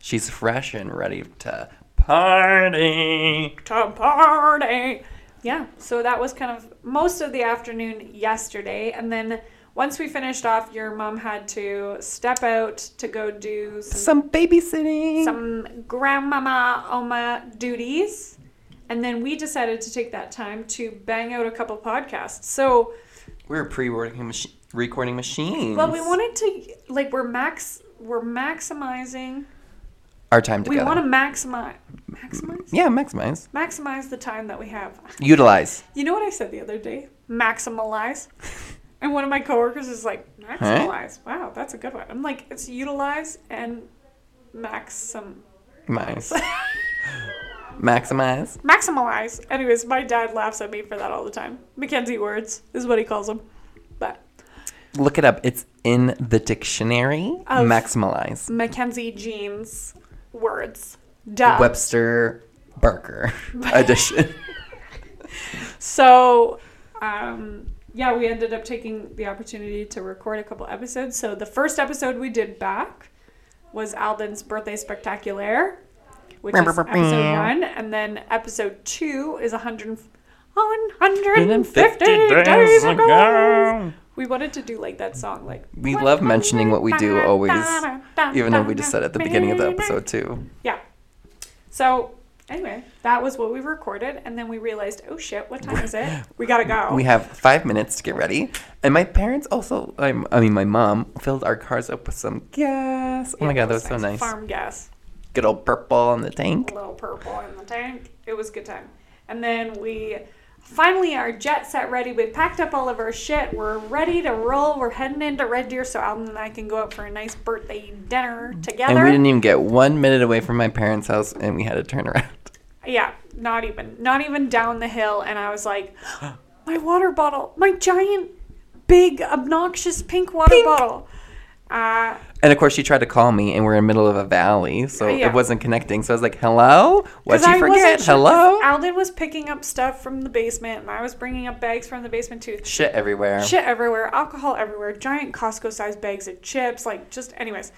S2: She's fresh and ready to party.
S1: to party. Yeah, so that was kind of most of the afternoon yesterday. And then once we finished off, your mom had to step out to go do some,
S2: Some babysitting.
S1: some grandmama oma duties. And then we decided to take that time to bang out a couple podcasts. So,
S2: We're pre-recording machi- recording machines.
S1: well, we wanted to, like, we're max, we're maximizing,
S2: our time
S1: we
S2: together.
S1: want to maximize, maximize?
S2: Yeah, maximize,
S1: Maximize the time that we have.
S2: utilize.
S1: You know what I said the other day? Maximalize. (laughs) And one of my coworkers is like, maximalize. Wow, that's a good one. I'm like, it's utilize and maxim
S2: Nice.
S1: (laughs)
S2: Maximize.
S1: maximalize. Anyways, my dad laughs at me for that all the time. Mackenzie words is what he calls them. But
S2: Look it up. It's in the dictionary.
S1: Of-
S2: Maximalize.
S1: Mackenzie Jean's words. Duh.
S2: Webster
S1: (laughs)
S2: Barker edition.
S1: So, um, yeah, we ended up taking the opportunity to record a couple episodes. So the first episode we did back was Alden's birthday spectacular, which is episode one, and then episode two is 100, 150 days, ago. We wanted to do like that song, like
S2: We love mentioning what we do always, even though we just said it at the beginning of the episode too.
S1: Yeah. So anyway, that was what we recorded, and then we realized, oh shit, what time is it?
S2: (laughs)
S1: We gotta go.
S2: We have five minutes to get ready, and my parents also. I'm- I mean, my mom filled our cars up with some gas. Oh my god, that was so nice.
S1: Farm gas,
S2: Good old purple in the tank.
S1: little purple in the tank. It was a good time. And then we finally are jet set ready. We packed up all of our shit. We're ready to roll. We're heading into Red Deer so Alden and I can go out for a nice birthday dinner together.
S2: And we didn't even get one minute away from my parents' house, and we had to turn around. (laughs)
S1: yeah, not even, not even down the hill. And I was like, (gasps) my water bottle, my giant, big, obnoxious pink water bottle. Uh,
S2: And of course, she tried to call me, and we're in the middle of a valley, so
S1: Yeah.
S2: it wasn't connecting. So I was like, "Hello, what'd
S1: 'Cause
S2: you
S1: I wasn't
S2: forget?
S1: sure 'cause
S2: Hello."
S1: Alden was picking up stuff from the basement, and I was bringing up bags from the basement too.
S2: Shit everywhere.
S1: Shit everywhere, alcohol everywhere, giant Costco sized bags of chips, like just, anyways.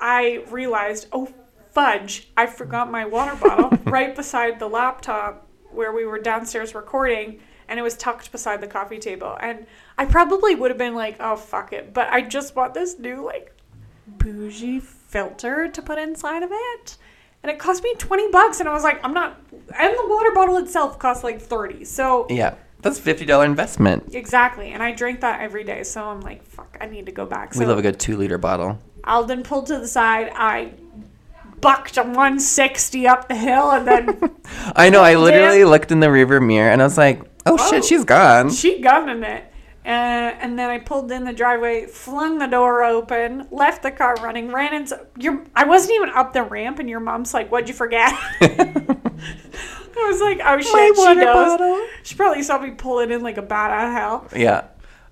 S1: I realized, oh, fudge, I forgot my water bottle right beside the laptop where we were downstairs recording, and it was tucked beside the coffee table. And I probably would have been like, oh, fuck it, but I just bought this new, like, bougie filter to put inside of it. And it cost me 20 bucks, and I was like, I'm not, and the water bottle itself cost like 30. So,
S2: Yeah, that's a fifty dollar investment.
S1: Exactly. And I drink that every day. So I'm like, fuck, I need to go back. So
S2: we love a good two liter bottle.
S1: Alden pulled to the side. I bucked a 160 up the hill and
S2: (laughs)
S1: then
S2: I know. I literally looked in the rearview mirror, and I was like, "Oh,
S1: Oh.
S2: shit, she's gone."
S1: she gunning it. Uh, and then I pulled in the driveway, flung the door open, left the car running, ran into your. I wasn't even up the ramp, and your mom's like, "What'd you forget?" (laughs) I was
S2: (laughs)
S1: like, "Oh shit, she
S2: water
S1: knows."
S2: bottle.
S1: She probably saw me pull it in like a bat out of hell.
S2: Yeah.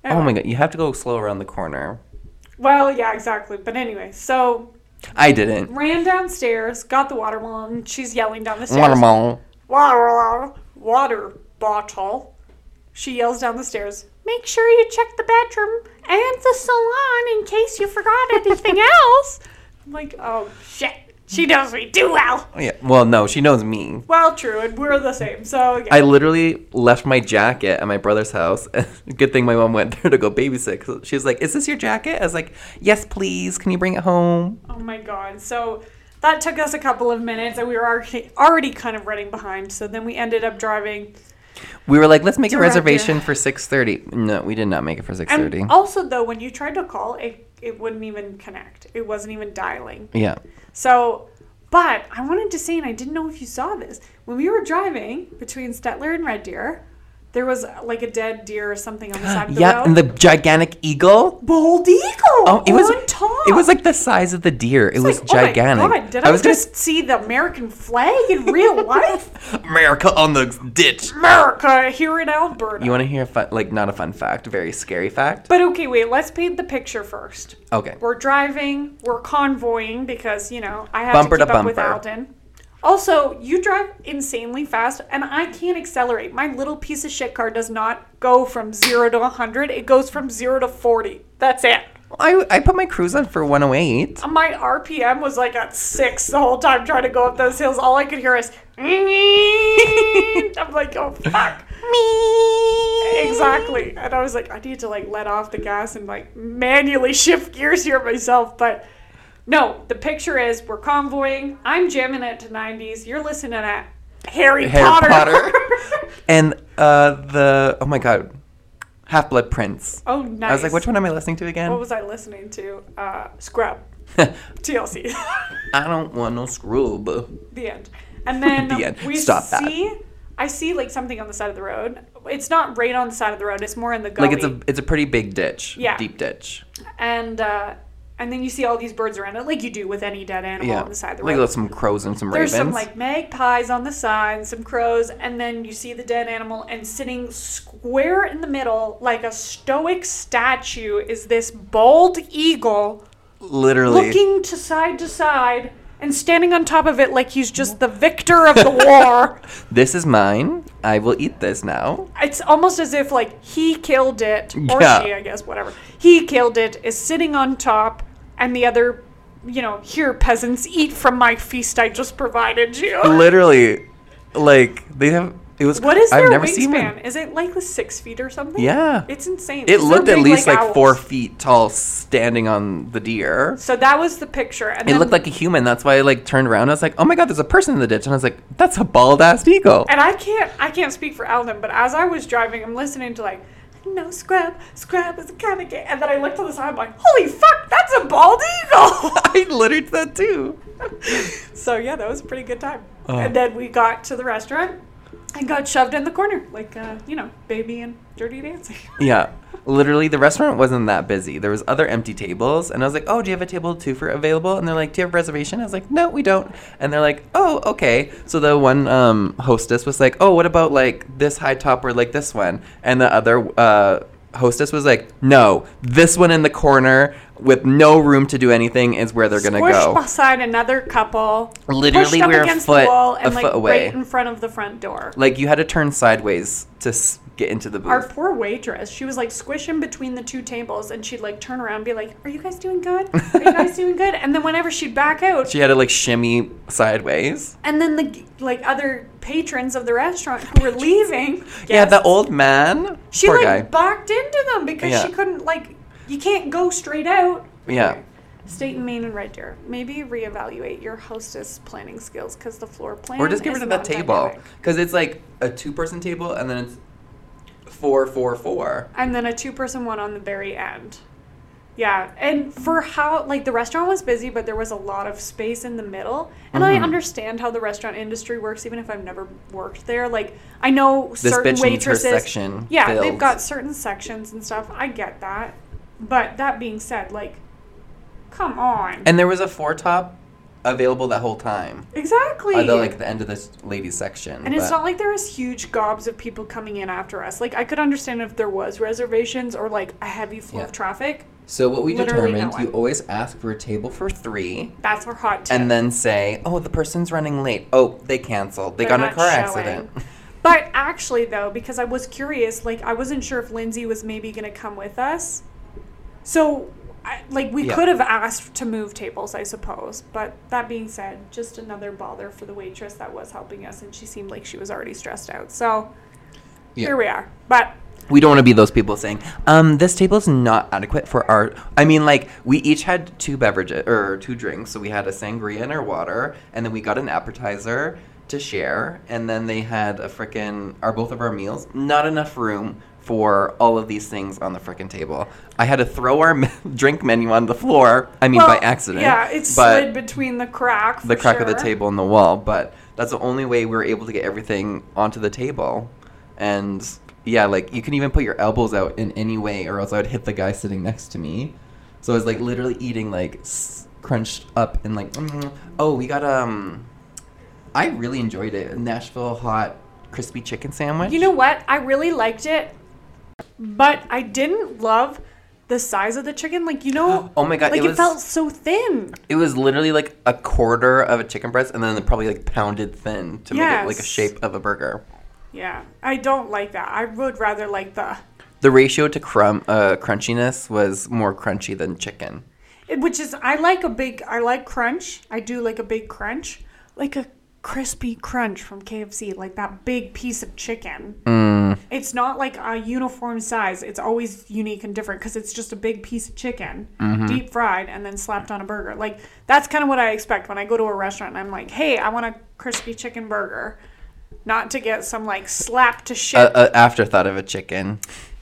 S2: Oh
S1: Anyway.
S2: my god, you have to go slow around the corner.
S1: Well, yeah, exactly. But anyway, so
S2: I didn't.
S1: ran downstairs, got the water bottle, and she's yelling down the stairs.
S2: Watermelon.
S1: Water, water bottle. She yells down the stairs. Make sure you check the bedroom and the salon in case you forgot anything else. I'm like, oh shit, she knows me too well.
S2: Oh, Yeah. Well, no, she knows me.
S1: Well, true, and we're the same. So yeah.
S2: I literally left my jacket at my brother's house. (laughs) Good thing my mom went there to go babysit. 'cause She was like, "Is this your jacket?" I was like, "Yes, please. Can you bring it home?"
S1: oh my god. So that took us a couple of minutes, and we were already, already kind of running behind. So then we ended up driving
S2: We were like, "Let's make
S1: Director.
S2: a reservation for 6:30." No, we did not make it for 6:30.
S1: And also, though, when you tried to call, it, it wouldn't even connect. It wasn't even dialing.
S2: yeah.
S1: So, but I wanted to say, and I didn't know if you saw this, when we were driving between Stettler and Red Deer, there was like a dead deer or something
S2: (gasps)
S1: on the side of the
S2: Yeah,
S1: road.
S2: and the gigantic eagle.
S1: bald eagle.
S2: Oh, it was
S1: on top.
S2: it was like the size of the deer. It was
S1: Like,
S2: gigantic.
S1: Oh my God, did I,
S2: I was gonna
S1: just see the American flag in
S2: (laughs)
S1: real life?
S2: s- America on the ditch.
S1: America here in Alberta.
S2: You want to hear a fun, like not a fun fact, very scary fact?
S1: but okay, wait, let's paint the picture first.
S2: Okay.
S1: We're driving, we're convoying because, you know, I have
S2: Bumper
S1: to
S2: to
S1: keep up with
S2: bumper.
S1: Alden. Also, you drive insanely fast and I can't accelerate. My little piece of shit car does not go from 0 to 100. It goes from 0 to 40. That's it.
S2: I I put my cruise on for 108.
S1: My RPM was like at 6 the whole time trying to go up those hills. All I could hear is (laughs) I'm like, "Oh fuck."
S2: Me.
S1: Exactly. And I was like, I need to like let off the gas and like manually (laughs) shift gears here myself. But no, the picture is we're convoying. I'm jamming it to 90s. You're listening to Harry,
S2: Harry
S1: Potter.
S2: Potter. And uh the oh my god, Half Blood Prince.
S1: (laughs) oh, nice.
S2: I was like, which one am I listening to again?
S1: What was I listening to? Uh,
S2: (laughs)
S1: Scrub. TLC.
S2: I don't want no scrub.
S1: (laughs) the end. And then
S2: (laughs) The end.
S1: we
S2: Stop that.
S1: see. I see like something on the side of the road. It's not right on the side of the road. It's more in the gully.
S2: Like it's a it's a pretty big ditch.
S1: Yeah.
S2: Deep ditch.
S1: and uh, and then you see all these birds around it, like you do with any dead animal
S2: Yeah.
S1: on the side of the road.
S2: Like there's some crows and some
S1: There's
S2: ravens.
S1: some like magpies on the side, some crows, and then you see the dead animal, and sitting square in the middle, like a stoic statue, is this bald eagle
S2: Literally.
S1: looking to side to side and standing on top of it like he's just the victor of the
S2: (laughs)
S1: war.
S2: This is mine. I will eat this now.
S1: It's almost as if like he killed it, or
S2: Yeah.
S1: she, I guess, whatever. He killed it, is sitting on top, and the other, you know, here, peasants, eat from my feast I just provided you.
S2: Literally, like they have. It was.
S1: What is
S2: I've
S1: their
S2: never
S1: wingspan?
S2: seen one.
S1: Is it like the six feet or something?
S2: Yeah.
S1: it's insane.
S2: It
S1: They're
S2: looked at
S1: big
S2: least like,
S1: owls.
S2: four feet tall, standing on the deer.
S1: So that was the picture, and
S2: It
S1: then,
S2: looked like a human. That's why I like turned around. I was like, "Oh my god, there's a person in the ditch," and I was like, "That's a bald
S1: (laughs)
S2: ass eagle."
S1: And I can't, I can't speak for Alden, but as I was driving, I'm listening to like, no scrub, scrub is a kind of gay, and then I looked to the side, I'm like, holy fuck, that's a bald eagle. (laughs)
S2: I littered that too.
S1: so yeah, that was a pretty good time.
S2: Oh.
S1: And then we got to the restaurant and got shoved in the corner, like uh, you know, baby and Dirty Dancing. (laughs)
S2: Yeah, literally, the restaurant wasn't that busy. There was other empty tables, and I was like, "Oh, do you have a table two for available?" And they're like, "Do you have a reservation?" I was like, "No, we don't." And they're like, "Oh, okay." So the one um, hostess was like, "Oh, what about like this high top or like this one?" And the other uh, hostess was like, "No, this one in the corner with no room to do anything is where they're gonna
S1: Squished
S2: go."
S1: beside another couple.
S2: Literally,
S1: pushed up
S2: we were a
S1: against
S2: foot-
S1: the wall and
S2: a
S1: like
S2: foot away.
S1: right in front of the front door.
S2: Like you had to turn sideways to s- get into the booth.
S1: Our poor waitress, she was like squishing between the two tables, and she'd like turn around and be like, "Are you guys doing good? Are you
S2: (laughs)
S1: guys doing good?" And then whenever she'd back out,
S2: she had to like shimmy sideways.
S1: and then the like other patrons of the restaurant who were leaving,
S2: (laughs) Yeah,
S1: guests,
S2: the old man.
S1: she
S2: poor
S1: like
S2: guy.
S1: backed into them because
S2: Yeah.
S1: she couldn't like you can't go straight out.
S2: Yeah.
S1: State and Maine and Red Deer. Maybe reevaluate your hostess planning skills because the floor plan.
S2: Or just get
S1: is
S2: rid of that
S1: not
S2: table
S1: dynamic.
S2: because it's like a two-person table and then it's four, four, four.
S1: and then a two person one on the very end. Yeah, and for how like the restaurant was busy, but there was a lot of space in the middle. And I
S2: Mhm.
S1: understand how the restaurant industry works, even if I've never worked there. Like I know
S2: This
S1: certain
S2: bitch needs her
S1: waitresses.
S2: section
S1: yeah,
S2: filled.
S1: they've got certain sections and stuff. I get that, but that being said, like, come on,
S2: And there was a four top available that whole time.
S1: exactly.
S2: At the, like the end of the ladies section.
S1: And it's
S2: but-
S1: not like there was huge gobs of people coming in after us. Like I could understand if there was reservations or like a heavy flow
S2: Yeah.
S1: of traffic.
S2: So what we
S1: Literally
S2: determined,
S1: no
S2: you
S1: one.
S2: always ask for a table for three,
S1: That's our hot tip.
S2: and then say, "Oh, the person's running late. Oh, they canceled. They
S1: They're
S2: got in a
S1: not
S2: car
S1: showing.
S2: accident." (laughs)
S1: But actually, though, because I was curious, like I wasn't sure if Lindsay was maybe going to come with us. So, I, like we
S2: Yeah.
S1: could have asked to move tables, I suppose. But that being said, just another bother for the waitress that was helping us, and she seemed like she was already stressed out. So
S2: Yeah.
S1: here we are. But
S2: We don't want to be those people saying, um, this table is not adequate for our. I mean, like, we each had two beverages or two drinks. So we had a sangria and our water, and then we got an appetizer to share. And then they had a frickin' Are both of our meals. Not enough room for all of these things on the frickin' table. I had to throw our (laughs) me- drink menu on the floor. I mean, by
S1: well,
S2: accident.
S1: yeah, it
S2: but
S1: slid between the crack.
S2: the
S1: for
S2: crack of the
S1: sure.
S2: table and the wall, but that's the only way we were able to get everything onto the table. And yeah, like you can even put your elbows out in any way, or else I would hit the guy sitting next to me. So I was like literally eating like s- crunched up and like, mm, oh, we got um, I really enjoyed it. Nashville hot crispy chicken sandwich.
S1: You know what? I really liked it, but I didn't love the size of the chicken. Like you know,
S2: (gasps) Oh my God,
S1: like
S2: it
S1: it,
S2: was-
S1: felt so thin.
S2: it was literally like a quarter of a chicken breast, and then probably like pounded thin to make it like a
S1: Yes.
S2: shape of a burger.
S1: Yeah, I don't like that. I would rather like the,
S2: The ratio to crumb uh, crunchiness was more crunchy than chicken.
S1: it- which is I like a big. I like crunch. I do like a big crunch, like a crispy crunch from KFC, like that big piece of chicken. It's not like a uniform size. It's always unique and different because it's just a big piece of chicken, deep fried, and then slapped on a burger. Like that's kind of what I expect when I go to a restaurant. and I'm like, hey, I want a crispy chicken burger. Not to get some like slap to shit
S2: A, a afterthought of a chicken.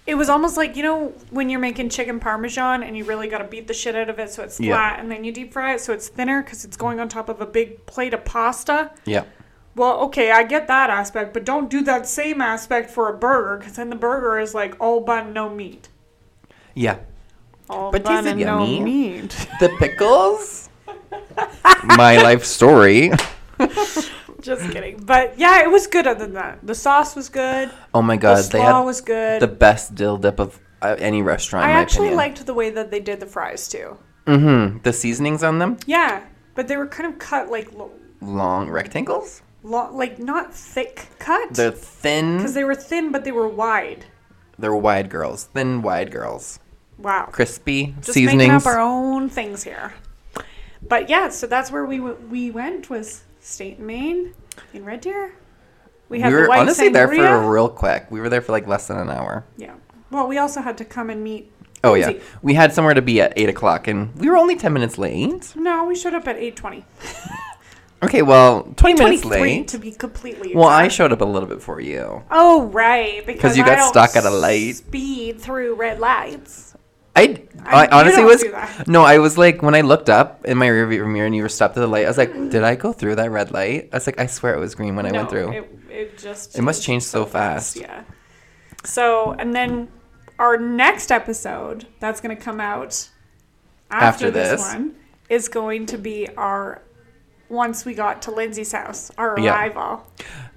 S1: It was almost like you know when you're making chicken parmesan and you really got to beat the shit out of it so it's
S2: Yeah.
S1: flat, and then you deep fry it so it's thinner because it's going on top of a big plate of pasta.
S2: Yeah.
S1: Well, okay, I get that aspect, but don't do that same aspect for a burger because then the burger is like all bun, no meat.
S2: Yeah.
S1: All
S2: But
S1: bun
S2: tasted
S1: and
S2: yummy.
S1: no meat. (laughs)
S2: The pickles? (laughs) My life story.
S1: Just kidding. But yeah, it was good. Other than that, the sauce was good.
S2: Oh my
S1: The
S2: god, they
S1: slaw
S2: had
S1: was good.
S2: the best dill dip of uh, any restaurant.
S1: I
S2: in my
S1: actually
S2: opinion.
S1: liked the way that they did the fries too.
S2: Mm-hmm. The seasonings on them,
S1: Yeah, but they were kind of cut like. Lo-
S2: long rectangles.
S1: long, like not thick cut
S2: They're
S1: because
S2: thin.
S1: they were thin, but they were wide.
S2: They're wide girls. Thin wide girls.
S1: Wow,
S2: Crispy
S1: just making
S2: seasonings.
S1: up our own things here. But yeah, so that's where we w- we went was State and Maine in Red Deer. We had
S2: we
S1: the
S2: were
S1: white
S2: honestly
S1: sangria.
S2: there for real quick. We were there for like less than an hour.
S1: yeah. Well, we also had to come and meet.
S2: Oh yeah,
S1: Lindsay.
S2: we had somewhere to be at eight o'clock, and we were only ten minutes late.
S1: No, we showed up at eight twenty.
S2: Okay, well, twenty minutes
S1: Twenty-three
S2: late.
S1: to be completely.
S2: Well, I
S1: exact.
S2: showed up a little bit for you.
S1: Oh right, because
S2: you
S1: I
S2: got
S1: don't
S2: stuck at a light.
S1: Speed through red lights.
S2: I,
S1: I-
S2: I,
S1: you
S2: honestly
S1: don't
S2: was
S1: do that.
S2: no. I was like when I looked up in my rearview mirror and you were stopped at the light. I was like, did I go through that red light? I was like, I swear it was green when I went
S1: No,
S2: through. It,
S1: It, it just
S2: must change so fast.
S1: Yeah. So, and then our next episode that's going to come out after,
S2: After
S1: this.
S2: this.
S1: one is going to be our once we got to Lindsay's house, our
S2: Yeah.
S1: arrival.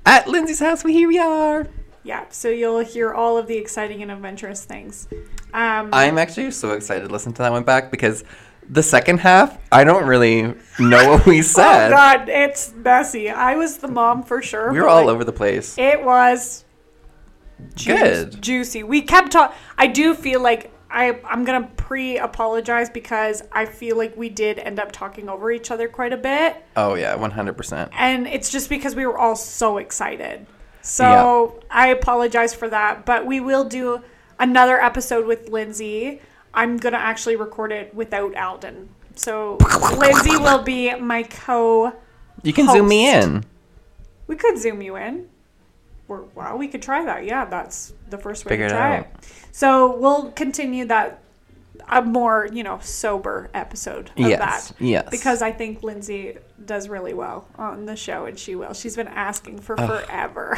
S2: At Lindsay's house, we here we are.
S1: Yeah. Yeah, so you'll hear all of the exciting and adventurous things. Um,
S2: I'm actually so excited to listen to that one back because the second half, I don't really know what
S1: (laughs)
S2: we
S1: oh
S2: said.
S1: God, it's messy. I was the mom for sure.
S2: we were
S1: but,
S2: all
S1: like,
S2: over the place.
S1: It was juice-
S2: Good.
S1: juicy. We kept talking. I do feel like I I'm gonna pre apologize because I feel like we did end up talking over each other quite a bit,
S2: Oh yeah, 100%.
S1: and it's just because we were all so excited. So I apologize for that, but we will do another episode with Lindsay. I'm gonna actually record it without Alden. So Lindsay will be my co.
S2: You can zoom me in.
S1: We could zoom you in. Or, well, we could try that. Yeah, that's the first way
S2: Figure
S1: to
S2: it
S1: try
S2: out.
S1: it. So we'll continue that a more you know sober episode of
S2: Yes,
S1: that.
S2: yes.
S1: Because I think Lindsay does really well on the show, and she will. She's been asking for
S2: (laughs)
S1: forever.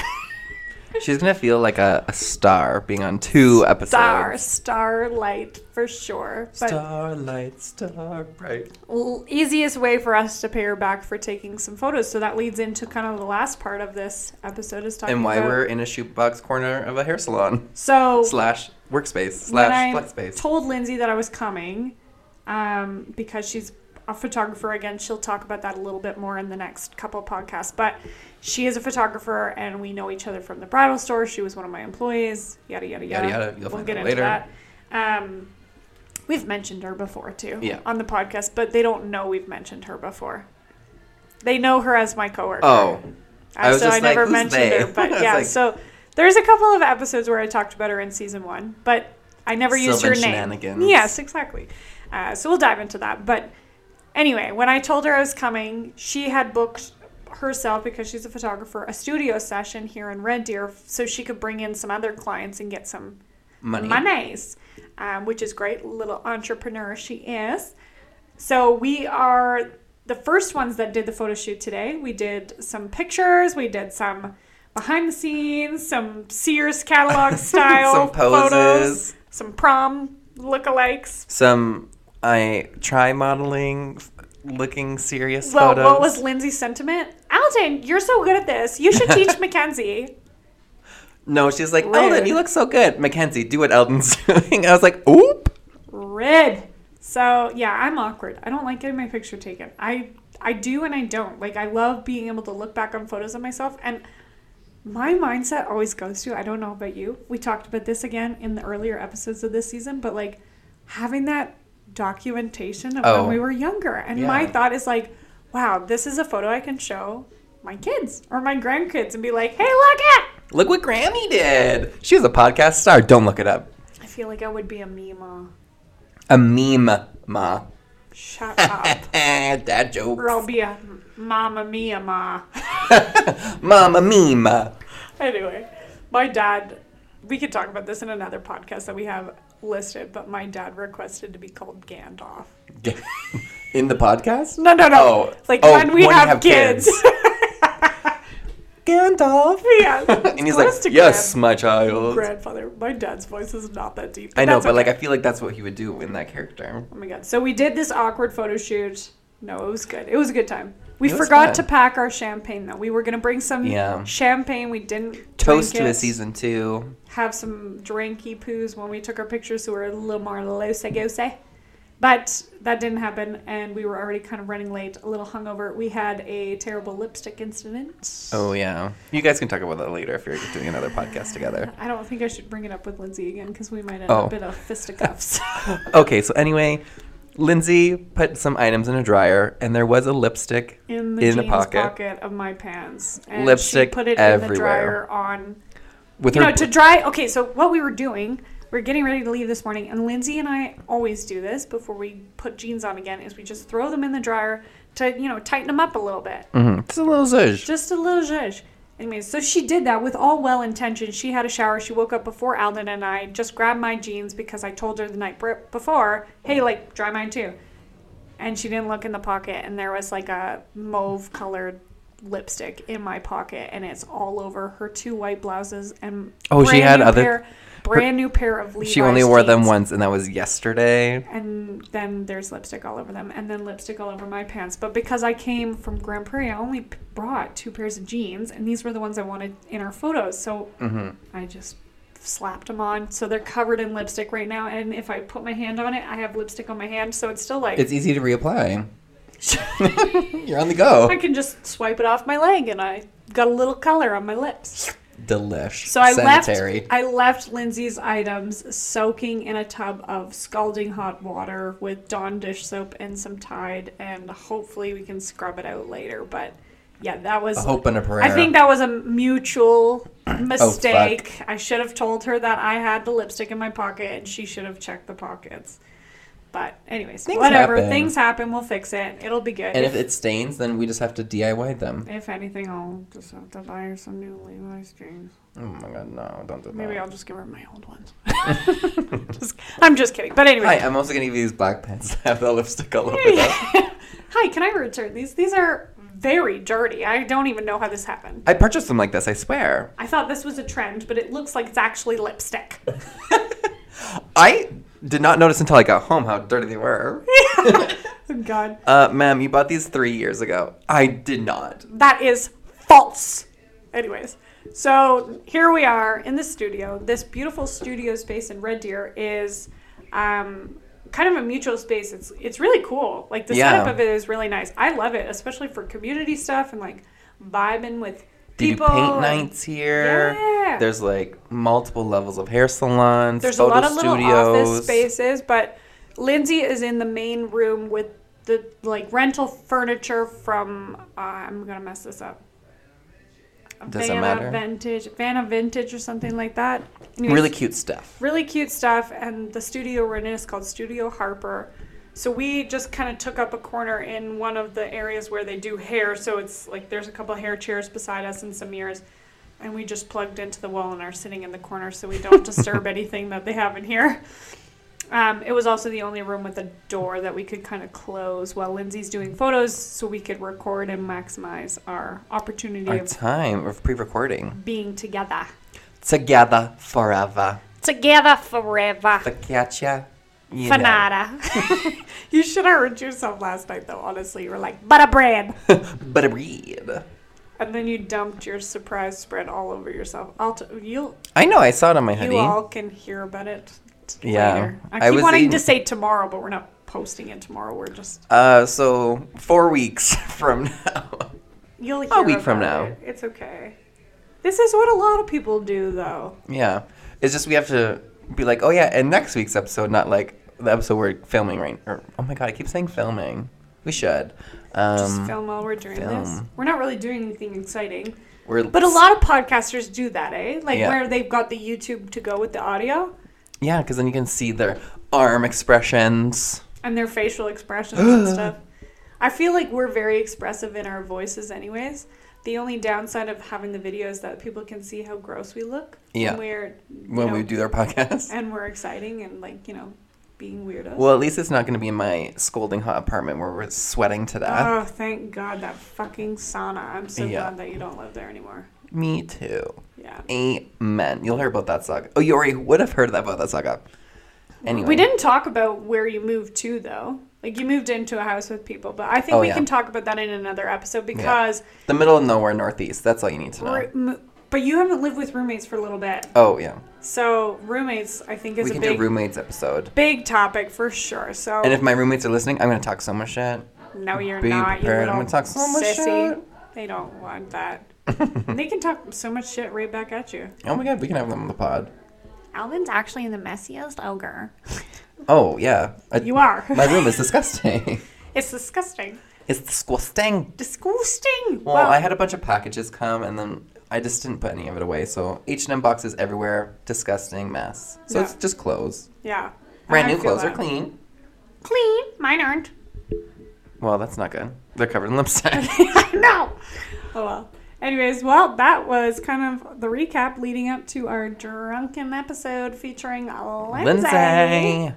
S2: She's going to feel like a, a star being on two episodes.
S1: Star, starlight for sure. But
S2: Starlight, star bright.
S1: l- easiest way for us to pay her back for taking some photos. So that leads into kind of the last part of this episode is talking
S2: And why
S1: about
S2: we're in a shoebox corner of a hair salon
S1: so
S2: slash workspace
S1: when
S2: slash
S1: I
S2: flex space.
S1: told Lindsay that I was coming um, because she's a photographer again. She'll talk about that a little bit more in the next couple podcasts. But she is a photographer, and we know each other from the bridal store. She was one of my employees. Yada yada yada.
S2: Yada, yada.
S1: we'll
S2: You'll find
S1: get
S2: out
S1: into
S2: later.
S1: that. Um, we've mentioned her before too
S2: Yeah.
S1: on the podcast, but they don't know we've mentioned her before. They know her as my coworker.
S2: Oh, I
S1: Uh,
S2: was
S1: so
S2: just
S1: I
S2: like,
S1: never
S2: "Who's
S1: mentioned
S2: they?" (laughs)
S1: her, but
S2: I was
S1: yeah.
S2: like-
S1: so there's a couple of episodes where I talked about her in season one, but I never used her
S2: Sylvan
S1: name.
S2: shenanigans.
S1: Yes, exactly. Uh, so we'll dive into that. But anyway, when I told her I was coming, she had booked herself because she's a photographer a studio session here in Red Deer, so she could bring in some other clients and get some
S2: Money.
S1: monies, um, which is great. Little entrepreneur she is. So we are the first ones that did the photo shoot today. We did some pictures. We did some behind the scenes, some Sears catalog style
S2: (laughs) Some poses.
S1: photos, some prom lookalikes.
S2: Some I try modeling, f- looking serious
S1: Well,
S2: photos.
S1: what was Lindsay's sentiment? Alton, you're so good at this. You should
S2: (laughs)
S1: teach Mackenzie.
S2: No, she's like,
S1: Rude.
S2: Eldon, you look so good. Mackenzie, do what Eldon's (laughs) doing. I was like, oop.
S1: Red. So yeah, I'm awkward. I don't like getting my picture taken. I I do and I don't. Like I love being able to look back on photos of myself and my mindset always goes to I don't know about you. We talked about this again in the earlier episodes of this season, but like having that documentation of
S2: Oh.
S1: when we were younger. And my
S2: Yeah.
S1: thought is like, wow, this is a photo I can show my kids or my grandkids and be like, "Hey, look at."
S2: Look what Grammy did. She was a podcast star. Don't look it up.
S1: I feel like I would be a meme.
S2: A meme, ma.
S1: Shut up.
S2: (laughs) Dad joke.
S1: Or I'll be a mama mia ma.
S2: Mama meme.
S1: anyway, my dad, we could talk about this in another podcast that we have listed, but my dad requested to be called Gandalf.
S2: In the podcast?
S1: No, no, no.
S2: Oh.
S1: Like
S2: Oh,
S1: when we
S2: when you
S1: have,
S2: have
S1: kids.
S2: kids. Gandalf.
S1: (laughs) yeah.
S2: (laughs) And he's like,
S1: close to
S2: yes,
S1: grand-
S2: my child.
S1: grandfather. My dad's voice is not that deep.
S2: I know,
S1: that's
S2: but like,
S1: okay.
S2: I feel like that's what he would do in that character.
S1: Oh my god. So we did this awkward photo shoot. No, it was good. It was a good time. We
S2: It was
S1: forgot
S2: fun.
S1: to pack our champagne though. We were gonna bring some
S2: Yeah.
S1: champagne. We didn't
S2: Toast
S1: drink
S2: to a
S1: it.
S2: season two.
S1: have some drinky poos when we took our pictures, so we were a little more lose goose. But that didn't happen, and we were already kind of running late, a little hungover. We had a terrible lipstick incident.
S2: Oh, yeah. You guys can talk about that later if you're doing another
S1: (laughs)
S2: podcast together.
S1: I don't think I should bring it up with Lindsay again because we might end
S2: Oh.
S1: up in a
S2: (laughs)
S1: fisticuffs.
S2: Okay, so anyway, Lindsay put some items in a dryer, and there was a lipstick
S1: in the
S2: In the
S1: jeans
S2: pocket.
S1: pocket. of my pants. And
S2: Lipstick
S1: she put it in the
S2: everywhere.
S1: dryer on
S2: with
S1: you
S2: her.
S1: know, to dry. Okay, so what we were doing, we are getting ready to leave this morning, and Lindsay and I always do this before we put jeans on again. Is we just throw them in the dryer to you know tighten them up a little bit,
S2: Mhm. It's a little zhuzh.
S1: just a little zhuzh. Anyways, so she did that with all well intention. She had a shower. She woke up before Alden and I. Just grabbed my jeans because I told her the night br- before, hey, like dry mine too. And she didn't look in the pocket, and there was like a mauve colored lipstick in my pocket, and it's all over her two white blouses and
S2: Oh, she
S1: brand
S2: had
S1: new
S2: other-
S1: pair, brand new pair of Levi's.
S2: she only wore them
S1: jeans.
S2: once, and that was yesterday.
S1: And then there's lipstick all over them, and then lipstick all over my pants. But because I came from Grand Prairie, I only p- brought two pairs of jeans, and these were the ones I wanted in our photos. So
S2: hmm
S1: I just slapped them on. So they're covered in lipstick right now. And if I put my hand on it, I have lipstick on my hand. So it's still like
S2: It's easy to
S1: (laughs)
S2: reapply. You're on the go.
S1: I can just swipe it off my leg, and I got a little color on my lips.
S2: Delish.
S1: So I
S2: Sanitary.
S1: left. I left Lindsay's items soaking in a tub of scalding hot water with Dawn dish soap and some Tide, and hopefully we can scrub it out later. But yeah, that was.
S2: A hope and a prayer. Oh,
S1: I think that was a mutual mistake. I should have told her that I had the lipstick in my pocket, and she should have checked the pockets. But anyways,
S2: Things
S1: whatever.
S2: happen.
S1: Things happen. We'll fix it. It'll be good.
S2: and if it stains, then we just have to DIY them.
S1: If anything, I'll just have to buy her some new Levi's jeans.
S2: Oh my god, no, don't do that.
S1: Maybe I'll just give her my old ones. (laughs) Just- I'm just kidding. But anyway,
S2: Hi, I'm also gonna give you these black pants that have the lipstick all over them.
S1: (laughs) hi. Can I return these? These are very dirty. I don't even know how this happened.
S2: I purchased them like this, I swear.
S1: I thought this was a trend, but it looks like it's actually lipstick. (laughs)
S2: I did not notice until I got home how dirty they
S1: (laughs)
S2: were.
S1: Oh, God,
S2: Uh, ma'am, you bought these three years ago. I did not.
S1: that is false. Anyways, so here we are in the studio. This beautiful studio space in Red Deer is um, kind of a mutual space. It's it's really cool. Like the
S2: Yeah.
S1: setup of it is really nice. I love it, especially for community stuff and like vibing with
S2: They do
S1: people.
S2: paint
S1: and-
S2: nights here.
S1: Yeah.
S2: There's like multiple levels of hair salons,
S1: There's a
S2: photo
S1: lot of little
S2: studios.
S1: office spaces, but Lindsay is in the main room with the like rental furniture from uh, I'm gonna mess this up.
S2: Doesn't
S1: Vanna
S2: matter.
S1: Vintage, Vanna Vintage, or something like that. Anyways,
S2: Really cute stuff.
S1: really cute stuff. And the studio we're in is called Studio Harper. So we just kind of took up a corner in one of the areas where they do hair. So it's like there's a couple hair chairs beside us and some mirrors. And we just plugged into the wall and are sitting in the corner so we don't disturb anything that they have in here. Um, it was also the only room with a door that we could kind of close while Lindsay's doing photos so we could record and maximize our opportunity
S2: Our
S1: of
S2: time of pre-recording
S1: being together.
S2: together forever.
S1: Together forever.
S2: The catcher. You know.
S1: Fanada. (laughs) you should have heard yourself last night, though, honestly. You were like, but a bread.
S2: But a read.
S1: and then you dumped your surprise spread all over yourself. I'll t- you'll,
S2: I know. I saw it on my hoodie.
S1: you all can hear about it t-
S2: Yeah.
S1: later. I
S2: I
S1: keep
S2: was
S1: wanting
S2: eating-
S1: to say tomorrow, but we're not posting it tomorrow. We're just,
S2: Uh, so four weeks (laughs) from now.
S1: you'll hear
S2: week from
S1: about
S2: now.
S1: it. It's okay. This is what a lot of people do, though.
S2: yeah, it's just we have to be like, oh yeah, and next week's episode, not like the episode we're filming right. Or, oh my god, I keep saying filming. We should. Um,
S1: Just film while we're doing this.
S2: film.
S1: We're not really doing anything exciting.
S2: We're
S1: But a lot of podcasters do that, eh? Like
S2: Yeah.
S1: where they've got the YouTube to go with the audio.
S2: Yeah, because then you can see their arm expressions.
S1: and their facial expressions
S2: (gasps)
S1: and stuff. I feel like we're very expressive in our voices, anyways. The only downside of having the video is that people can see how gross we look.
S2: Yeah.
S1: And we're you
S2: when
S1: know,
S2: we do their podcast.
S1: and we're exciting and like you know being weirdos.
S2: Well, at least it's not going to be in my scolding hot apartment where we're sweating to death.
S1: oh, thank God that fucking sauna! I'm so
S2: Yeah.
S1: glad that you don't live there anymore.
S2: Me too.
S1: Yeah.
S2: Amen. You'll hear about that saga. Oh, you already would have heard about that saga. Anyway,
S1: We didn't talk about where you moved to though. Like you moved into a house with people, but I think
S2: Oh,
S1: we
S2: yeah.
S1: can talk about that in another episode because
S2: The middle of nowhere, northeast. That's all you need to know.
S1: we're- m- but you haven't lived with roommates for a little bit.
S2: Oh yeah,
S1: So roommates, I think, is
S2: we
S1: a
S2: can
S1: big,
S2: do roommates episode.
S1: big topic for sure. So
S2: And if my roommates are listening, I'm gonna talk so much shit.
S1: no, you're
S2: be
S1: not. You
S2: prepared. I'm
S1: little
S2: gonna talk so much
S1: sissy.
S2: shit.
S1: They don't want
S2: (laughs)
S1: that. they can talk so much shit right back at you.
S2: Oh my god, we can have them on the pod.
S1: Alvin's actually the messiest ogre.
S2: Oh yeah, I-
S1: You are.
S2: (laughs) My room
S1: (laughs)
S2: is disgusting.
S1: it's disgusting.
S2: it's disgusting.
S1: Disgusting.
S2: Well, I had a bunch of packages come, and then I just didn't put any of it away. So H and M boxes everywhere, disgusting mess. So
S1: Yeah.
S2: it's just clothes.
S1: yeah.
S2: Brand
S1: I
S2: new
S1: feel
S2: clothes
S1: that.
S2: are clean.
S1: Clean. Mine (laughs) aren't.
S2: Well, that's not good. They're covered in lipstick.
S1: no. Oh well. Anyways, well, that was kind of the recap leading up to our drunken episode featuring Lindsay.
S2: Lindsay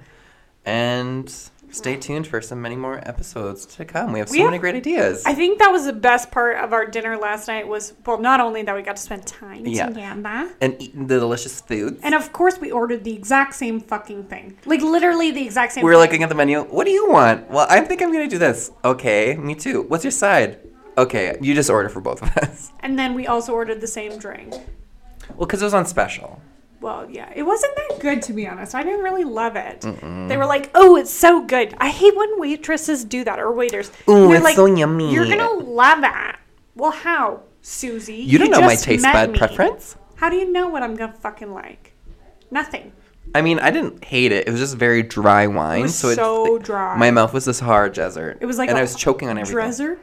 S2: and Stay tuned for so many more episodes to come. We have so
S1: We have-
S2: many great ideas.
S1: I think that was the best part of our dinner last night was well, not only that we got to spend time
S2: Yeah.
S1: together,
S2: and eating the delicious foods.
S1: and of course we ordered the exact same fucking thing, like literally the exact same.
S2: we were
S1: thing.
S2: looking at the menu. What do you want? Well, I think I'm gonna do this. Okay, me too. What's your side? Okay, you just order for both of us. (laughs)
S1: and then we also ordered the same drink.
S2: Well, because it was on special.
S1: Well, yeah, it wasn't that good to be honest. I didn't really love it. They were like, "Oh, it's so good." I hate when waitresses do that or waiters.
S2: Ooh,
S1: They're
S2: it's so yummy.
S1: You're gonna love that. Well, how, Susie?
S2: You don't know my
S1: just
S2: taste
S1: met
S2: bud
S1: me.
S2: preference.
S1: How do you know what I'm gonna fucking like? Nothing.
S2: I mean, I didn't hate it. It was just very dry wine.
S1: was
S2: so it's
S1: so dry.
S2: My mouth was the Sahara desert.
S1: It was like
S2: and
S1: a
S2: I was choking on everything.
S1: Dresser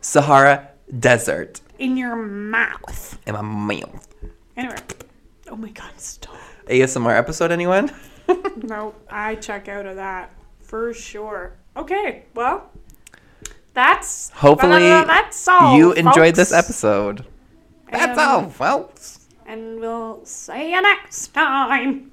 S2: Sahara desert
S1: in your mouth.
S2: in my mouth.
S1: Anyway. Oh my god, stop.
S2: ASMR
S1: (laughs)
S2: episode, anyone?
S1: no, I check out of that for sure. Okay, well, that's
S2: Hopefully,
S1: that's all.
S2: you enjoyed this
S1: folks.
S2: episode. That's
S1: Um,
S2: all, folks.
S1: And we'll see you next time.